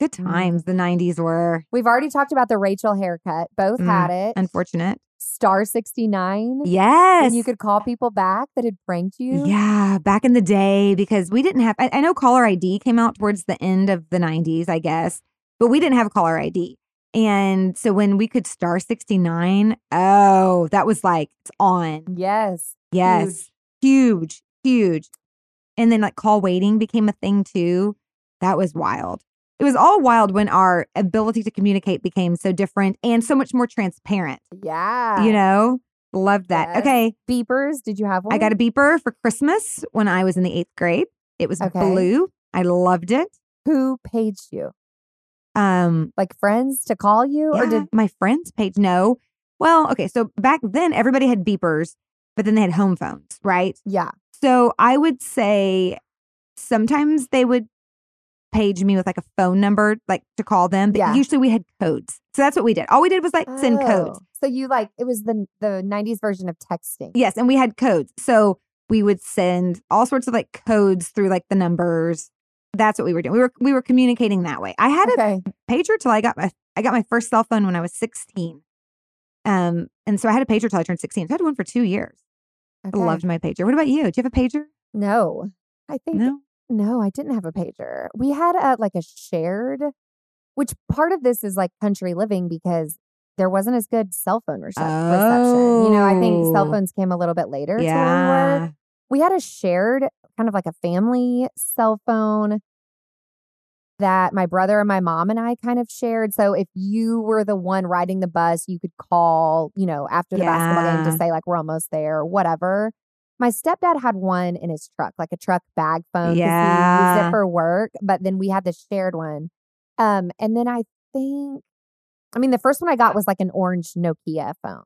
S2: Good
S1: Mm-hmm.
S2: times the 90s were.
S1: We've already talked about the Rachel haircut. Both
S2: Mm,
S1: had it.
S2: Unfortunate.
S1: star 69
S2: Yes.
S1: and you could call people back that had pranked you?
S2: Yeah, back in the day, because we didn't have, I, I know caller ID came out towards the end of the 90s, I guess, but we didn't have caller ID. And so when we could star 69, oh, that was like, it's on.
S1: Yes.
S2: Yes. Huge, huge. And then like call waiting became a thing too. That was wild. It was all wild when our ability to communicate became so different and so much more transparent,
S1: Yeah.
S2: you know? Loved that.
S1: Yes.
S2: Okay.
S1: beepers. Did you have one?
S2: I got a beeper for Christmas when I was in the eighth grade. It was
S1: Okay.
S2: blue. I loved it.
S1: Who paged you?
S2: Um,
S1: Like friends to call you? Or
S2: yeah,
S1: did
S2: my friends page no? Well, okay. So back then, everybody had beepers, but then they had home phones, right?
S1: yeah.
S2: So I would say sometimes they would page me with like a phone number, like to call them. But
S1: Yeah.
S2: usually we had codes. So that's what we did. All we did was like send codes.
S1: Oh. So you like it was the the nineties version of texting.
S2: Yes, and we had codes. So we would send all sorts of like codes through like the numbers. That's what we were doing. We were we were communicating that way. I had
S1: Okay.
S2: a pager till I got my I got my first cell phone when I was 16. Um and so I had a pager till I turned 16. So I had one for 2 years.
S1: okay.
S2: I loved my pager. What about you? Do you have a pager?
S1: No. I think
S2: No.
S1: No, I didn't have a pager. We had a like a shared, which part of this is like country living because there wasn't as good cell phone recep- reception. You know, I think cell
S2: Oh.
S1: phones came a little bit later. To where we, were.
S2: Yeah.
S1: we had a shared kind of like a family cell phone that my brother and my mom and I kind of shared. So if you were the one riding the bus, you could call, you know, after the basketball game
S2: Yeah.
S1: to say like we're almost there or whatever. My stepdad had one in his truck, like a truck bag phone. 'cause He used it
S2: Yeah.
S1: for work, but then we had the shared one. Um, and then I think, I mean, the first one I got was like an orange Nokia phone.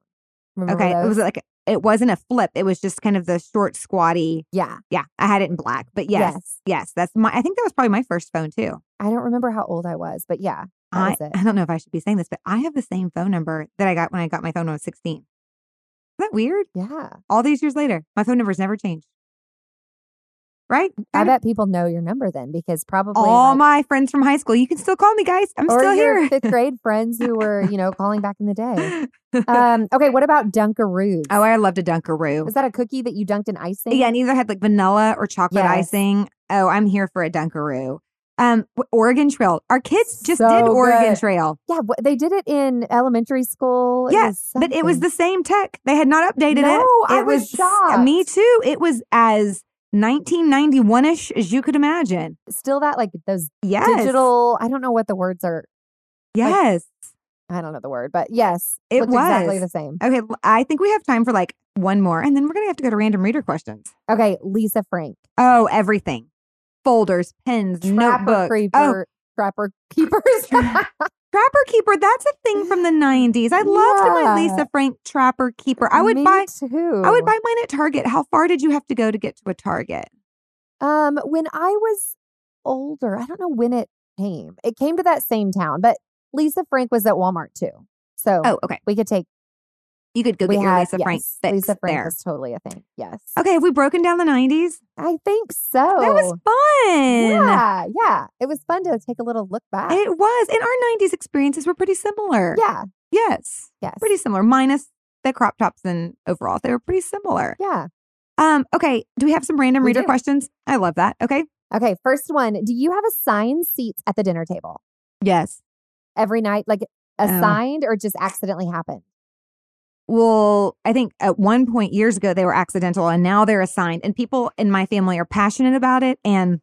S1: Remember
S2: Okay. It
S1: those?
S2: was like it wasn't a flip. It was just kind of the short squatty.
S1: yeah.
S2: Yeah. I had it in black. But yes. Yes, that's my I think that was probably my first phone too.
S1: I don't remember how old I was, but yeah. That
S2: I,
S1: was it.
S2: I don't know if I should be saying this, but I have the same phone number that I got when I got my phone when I was 16. Is that weird?
S1: Yeah.
S2: All these years later, my phone number's never changed. Right?
S1: Mm, I
S2: Kind of-
S1: bet people know your number then because probably
S2: all
S1: like,
S2: my friends from high school, you can still call me, guys. I'm
S1: or
S2: still
S1: your
S2: here.
S1: fifth grade friends who were, you know, calling back in the day. Um, okay, what about Dunkaroos?
S2: oh, I loved a Dunkaroo.
S1: was that a cookie that you dunked in icing?
S2: Yeah, and either had like vanilla or chocolate
S1: Yes.
S2: icing. Oh, I'm here for a Dunkaroo. Um, w- Oregon Trail. Our kids just did
S1: So
S2: Oregon
S1: good.
S2: Trail,
S1: yeah. wh- They did it in elementary school. It
S2: Yes,
S1: was
S2: but it was
S1: something.
S2: the same tech. They had not updated it.
S1: No, I
S2: it
S1: was shocked.
S2: Me too. It was as 1991 ish as you could imagine.
S1: still that like those
S2: Yes.
S1: digital. I don't know what the words are.
S2: Yes.
S1: I don't know the word, but yes,
S2: It
S1: looked exactly the
S2: was.
S1: same.
S2: okay. l- I think we have time for like one more, and then we're going to have to go to random reader questions.
S1: Okay, Lisa Frank,
S2: Oh, everything folders, pens,
S1: Trapper
S2: notebooks. Oh,
S1: Creeper, Trapper Keepers.
S2: Trapper Keeper. That's a thing from the 90s. I loved my
S1: Yeah.
S2: Lisa Frank Trapper Keeper. I would
S1: Me
S2: buy.
S1: too.
S2: I would buy mine at Target. How far did you have to go to get to a Target?
S1: Um, when I was older, I don't know when it came. It came to that same town, but Lisa Frank was at Walmart too. So
S2: Oh, okay.
S1: we could take
S2: You could go
S1: we
S2: get your
S1: had-
S2: Lisa Frank
S1: yes,
S2: fix
S1: Lisa Frank
S2: there.
S1: was totally a thing. Yes.
S2: Okay, have we broken down the 90s?
S1: I think so.
S2: That was fun.
S1: Oh. Yeah, yeah. It was fun to take a little look back.
S2: It was. And our 90s experiences were pretty similar.
S1: yeah.
S2: Yes.
S1: Yes.
S2: Pretty similar, minus the crop tops and overalls. They were pretty similar.
S1: yeah.
S2: Um, okay. Do we have some random
S1: We
S2: reader
S1: do.
S2: questions? I love that. Okay.
S1: Okay, first one. Do you have assigned seats at the dinner table
S2: Yes.
S1: every night? Like
S2: Oh.
S1: assigned or just accidentally happened?
S2: Well, I think at one point years ago they were accidental and now they're assigned. And people in my family are passionate about it. And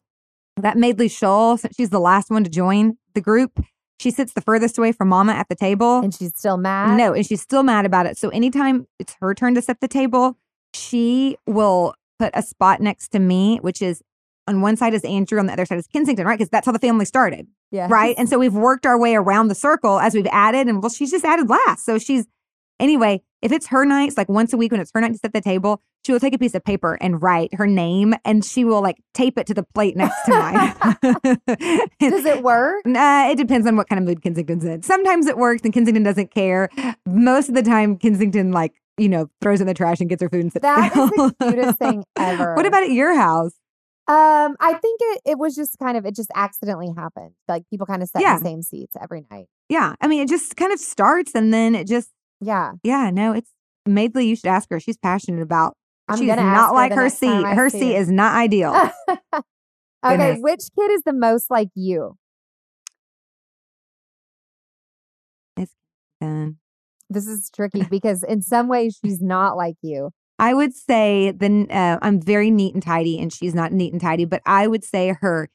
S2: that Maidley Shoal, since she's the last one to join the group, she sits the furthest away from mama at the table.
S1: And she's still mad?
S2: Oh, No, and she's still mad about it. So anytime it's her turn to set the table, she will put a spot next to me, which is on one side is Andrew, on the other side is Kensington, right? Because that's how the family started,
S1: Yeah.
S2: right? And so we've worked our way around the circle as we've added, and well, she's just added last. So she's anyway. If it's her night, it's like once a week when it's her night to set the table, she will take a piece of paper and write her name, and she will like tape it to the plate next to mine.
S1: Does it work?
S2: Uh, it depends on what kind of mood Kensington's in. Sometimes it works and Kensington doesn't care. Most of the time, Kensington, like, you know, throws in the trash and gets her food and sits
S1: That is the
S2: down.
S1: cutest thing ever.
S2: What about at your house?
S1: Um, I think it, it was just kind of it just accidentally happened. Like people kind of sat
S2: Yeah.
S1: in the same seats every night.
S2: Yeah. I mean, it just kind of starts and then it just,
S1: Yeah.
S2: yeah, no, it's Madeley, you should ask her. She's passionate about.
S1: I'm
S2: She's
S1: gonna ask
S2: not
S1: her
S2: like
S1: the
S2: her
S1: next time
S2: seat.
S1: I
S2: Her
S1: see
S2: seat
S1: her.
S2: is not ideal.
S1: okay,
S2: Goodness.
S1: which kid is the most like you?
S2: And
S1: This is tricky because in some ways she's not like you.
S2: I would say then uh, I'm very neat and tidy, and she's not neat and tidy. But I would say her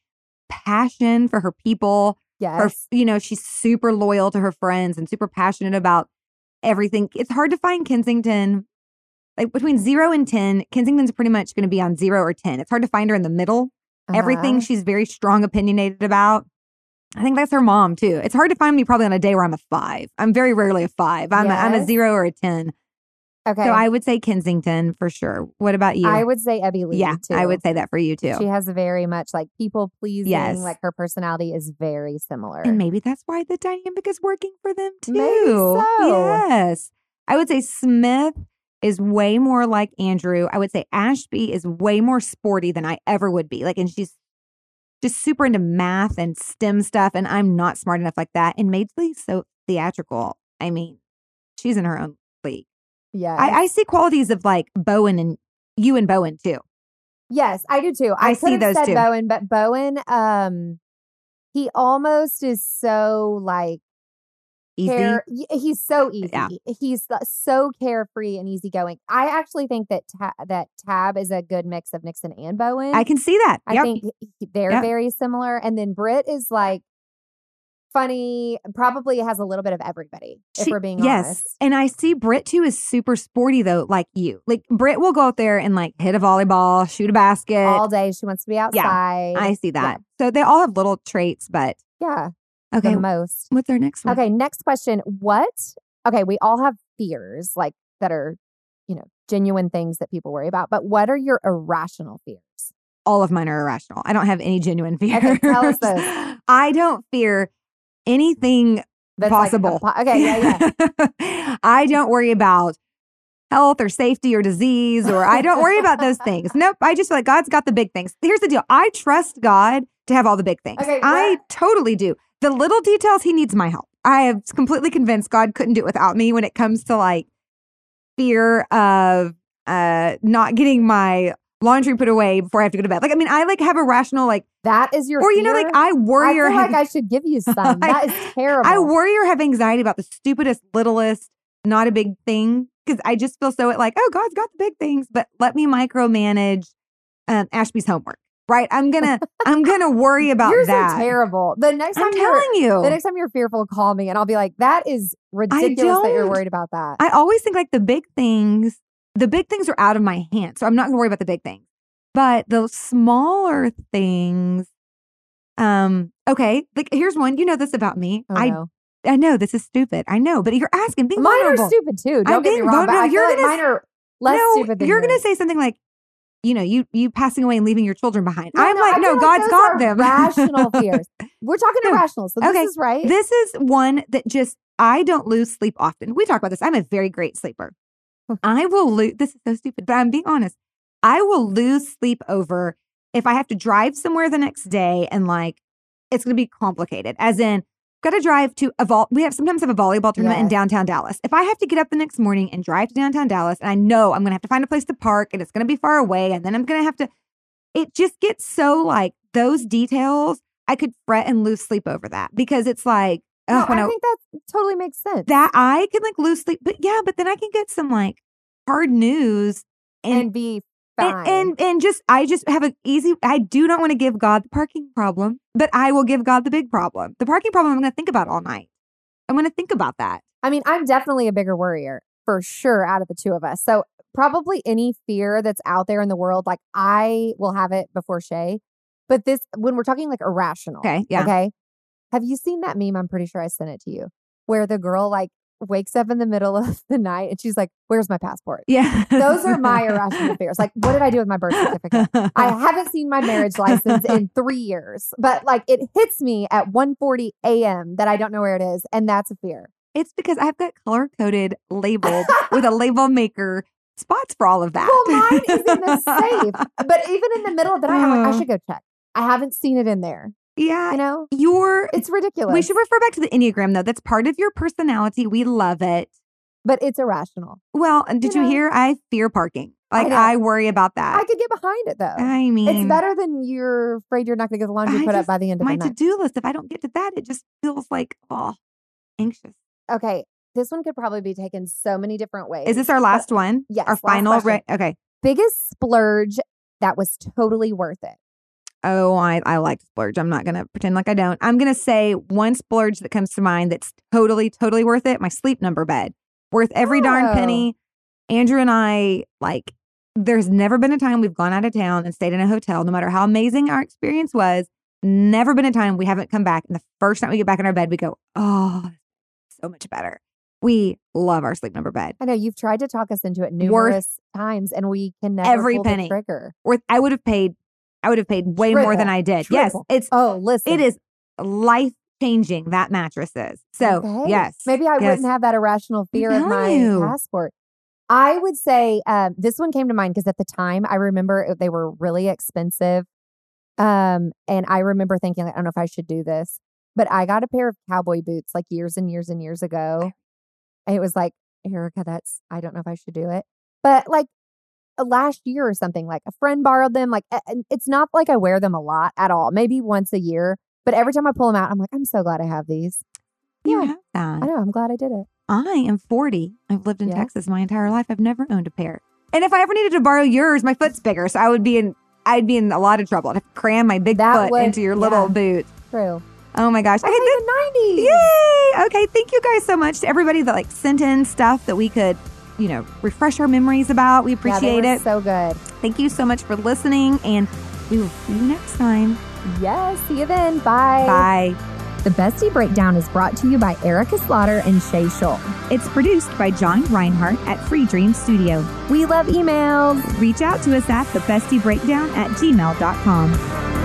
S2: passion for her people, her
S1: Yes.
S2: you know, she's super loyal to her friends and super passionate about everything. It's hard to find Kensington. Like between zero and ten, Kensington's pretty much going to be on zero or ten. It's hard to find her in the middle. everything
S1: Uh-huh.
S2: she's very strong opinionated about i think that's her mom too it's hard to find me probably on a day where i'm a five i'm very rarely a five i'm, a, I'm a
S1: Yes.
S2: zero or a ten
S1: Okay.
S2: so i would say kensington for sure what about you
S1: I would say Ebby Lee.
S2: yeah
S1: too.
S2: i would say that for you too
S1: She has very much like people pleasing.
S2: Yes.
S1: Like her personality is very similar.
S2: and maybe that's why the dynamic is working for them too
S1: Maybe so.
S2: yes i would say smith is way more like andrew i would say ashby is way more sporty than i ever would be like and she's just super into math and stem stuff and i'm not smart enough like that and maidsley's so theatrical i mean she's in her own league
S1: yes.
S2: I, I see qualities of like bowen and you and bowen too
S1: yes, I do too.
S2: I
S1: I, could
S2: see
S1: have
S2: those
S1: said
S2: too.
S1: Bowen, but Bowen, um, he almost is so like
S2: easy
S1: care- y- he's so easy.
S2: Yeah.
S1: He's uh, so carefree and easygoing. I actually think that ta- that Tab is a good mix of Nixon and Bowen.
S2: i can see that
S1: I
S2: Yep.
S1: think h- h- they're
S2: Yep.
S1: very similar. And then Brit is like funny, probably has a little bit of everybody, if
S2: She-
S1: we're being
S2: yes.
S1: honest.
S2: And I see Britt too is super sporty though, like you. Like Britt will go out there and like hit a volleyball, shoot a basket.
S1: All day she wants to be outside.
S2: I see that. So they all have little traits, but
S1: yeah,
S2: okay. Mm.
S1: the most.
S2: What's our next one?
S1: Okay, next question. What? Okay, we all have fears like that are, you know, genuine things that people worry about, but what are your irrational fears?
S2: All of mine are irrational. I don't have any genuine fears.
S1: Okay, tell us those.
S2: I don't fear anything
S1: like, a
S2: Possible.
S1: po- okay, yeah, yeah.
S2: I don't worry about health or safety or disease or I don't worry about those things. Nope. I just feel like God's got the big things. Here's the deal. I trust God to have all the big things.
S1: Okay,
S2: I
S1: what-
S2: totally do. The little details, he needs my help. I am completely convinced God couldn't do it without me when it comes to like fear of uh not getting my laundry put away before I have to go to bed. Like I mean, I like have a rational like
S1: That is your
S2: or you know,
S1: fear?
S2: like I
S1: I
S2: worry or
S1: feel
S2: have
S1: like I should give you some. That
S2: I-
S1: is terrible.
S2: I worry or have anxiety about the stupidest, littlest, not a big thing because I just feel so like, oh, God's got the big things, but let me micromanage um, Ashby's homework, right? I'm gonna, I'm gonna worry about
S1: Yours
S2: that.
S1: are terrible. The next time
S2: I'm
S1: you're
S2: telling you,
S1: the next time you're fearful, call me and I'll be like, that is ridiculous that you're
S2: don't-
S1: worried about that.
S2: I always think like the big things, the big things are out of my hands, so I'm not gonna worry about the big things, but the smaller things. Um. Okay. Like, here's one. You know this about me.
S1: Oh,
S2: I
S1: no.
S2: I know this is stupid. I know, but you're asking. Being
S1: Mine are
S2: vulnerable.
S1: stupid too. Don't get me
S2: think
S1: wrong, but
S2: vulnerable-
S1: I feel
S2: you're
S1: like
S2: gonna
S1: mine are less
S2: no,
S1: stupid than
S2: you're gonna
S1: yours.
S2: say something like, you know, you you passing away and leaving your children behind.
S1: No,
S2: I'm
S1: no, I
S2: like,
S1: feel
S2: no, God's
S1: those
S2: got
S1: are
S2: them.
S1: Rational fears. We're talking
S2: No.
S1: irrational, so this
S2: Okay.
S1: is right.
S2: this is one that just I don't lose sleep often. We talk about this. I'm a very great sleeper. I will lose. This is so stupid, but I'm being honest. I will lose sleep over if I have to drive somewhere the next day and like it's going to be complicated. As in, got to drive to a vol. We have sometimes have a volleyball tournament in
S1: Yes.
S2: downtown Dallas. If I have to get up the next morning and drive to downtown Dallas, and I know I'm going to have to find a place to park, and it's going to be far away, and then I'm going to have to. It just gets so like those details. I could fret and lose sleep over that because it's like,
S1: No,
S2: oh, when
S1: I
S2: I,
S1: think that totally makes sense.
S2: that I can like lose sleep, but yeah, but then I can get some like hard news
S1: and,
S2: and
S1: be fine.
S2: and, and and just I just have an easy. I do not want to give God the parking problem, but I will give God the big problem. The parking problem I'm going to think about all night. I'm going to think about that.
S1: I mean, I'm definitely a bigger worrier for sure out of the two of us. So probably any fear that's out there in the world, like I will have it before Shay. But this, when we're talking like irrational,
S2: Okay, yeah.
S1: Oh, okay. Have you seen that meme? I'm pretty sure I sent it to you, where the girl like wakes up in the middle of the night and she's like, "Where's my passport?"
S2: Yeah,
S1: Those are my irrational fears. Like, what did I do with my birth certificate? I haven't seen my marriage license in three years, but like it hits me at 1:40 a.m. that I don't know where it is, and that's a fear.
S2: it's because I've got color coded labeled with a label maker spots for all of that.
S1: Well, mine is in the safe, but even in the middle of the night, I'm like, I should go check. I haven't seen it in there.
S2: Yeah,
S1: You know,
S2: your
S1: it's ridiculous.
S2: We should refer back to the Enneagram, though. That's part of your personality. We love it.
S1: but it's irrational.
S2: Well, and did
S1: You
S2: you,
S1: know.
S2: hear? I fear parking. Like
S1: know.
S2: I, worry about that.
S1: I could get behind it though.
S2: I mean,
S1: it's better than you're afraid you're not going to get the laundry
S2: I
S1: put up
S2: just-
S1: by the end of
S2: my
S1: the night.
S2: to-do list. If I don't get to that, it just feels like oh, anxious.
S1: okay, this one could probably be taken so many different ways.
S2: Is this our last one?
S1: yes,
S2: Our
S1: last
S2: final.
S1: question.
S2: Re- okay.
S1: biggest splurge that was totally worth it?
S2: Oh, I, I like splurge. I'm not gonna pretend like I don't. I'm gonna say one splurge that comes to mind that's totally, totally worth it. My sleep number bed. Worth every
S1: Oh.
S2: darn penny. Andrew and I like there's never been a time we've gone out of town and stayed in a hotel, no matter how amazing our experience was. Never been a time we haven't come back. And the first night we get back in our bed, we go, Oh, so much better. We love our sleep number bed.
S1: I know you've tried to talk us into it numerous times, and we can never
S2: every
S1: pull the
S2: penny.
S1: trigger.
S2: Worth I would have paid I would have paid way more than
S1: Triple.
S2: I did.
S1: Triple.
S2: Yes. It's
S1: Oh, listen,
S2: It is life changing that mattress is. So
S1: Okay.
S2: yes,
S1: Maybe I
S2: yes.
S1: wouldn't have that irrational fear of my
S2: No.
S1: passport. I would say um, this one came to mind because at the time I remember it- they were really expensive, um, and I remember thinking, like, I don't know if I should do this, but I got a pair of cowboy boots like years and years and years ago, and it was like, Erica, that's I don't know if I should do it, but like uh, last year or something, like a friend borrowed them. Like, a- and it's not like I wear them a lot at all. Maybe once a year, but every time I pull them out, I'm like, I'm so glad I have these.
S2: you
S1: yeah.
S2: have that.
S1: I know. I'm glad I did it.
S2: I am 40. I've lived in
S1: Yeah.
S2: Texas my entire life. I've never owned a pair. And if I ever needed to borrow yours, my foot's bigger, so I would be in I'd be in a lot of trouble. I'd have to cram my big
S1: That
S2: foot
S1: would-
S2: into your
S1: yeah.
S2: little boot.
S1: True.
S2: Oh my gosh.
S1: I
S2: Okay, this,
S1: made the 90s.
S2: yay! Okay, thank you guys so much to everybody that like sent in stuff that we could, you know, refresh our memories about. We
S1: Yeah, they
S2: appreciate
S1: were
S2: it.
S1: So good.
S2: thank you so much for listening and we will see you next time.
S1: Yes. See you then. Bye.
S2: Bye.
S1: The Bestie Breakdown is brought to you by Erica Slaughter and Shay Scholl.
S2: It's produced by John Reinhart at Free Dream Studio.
S1: We love emails.
S2: Reach out to us at thebestiebreakdown at gmail.com.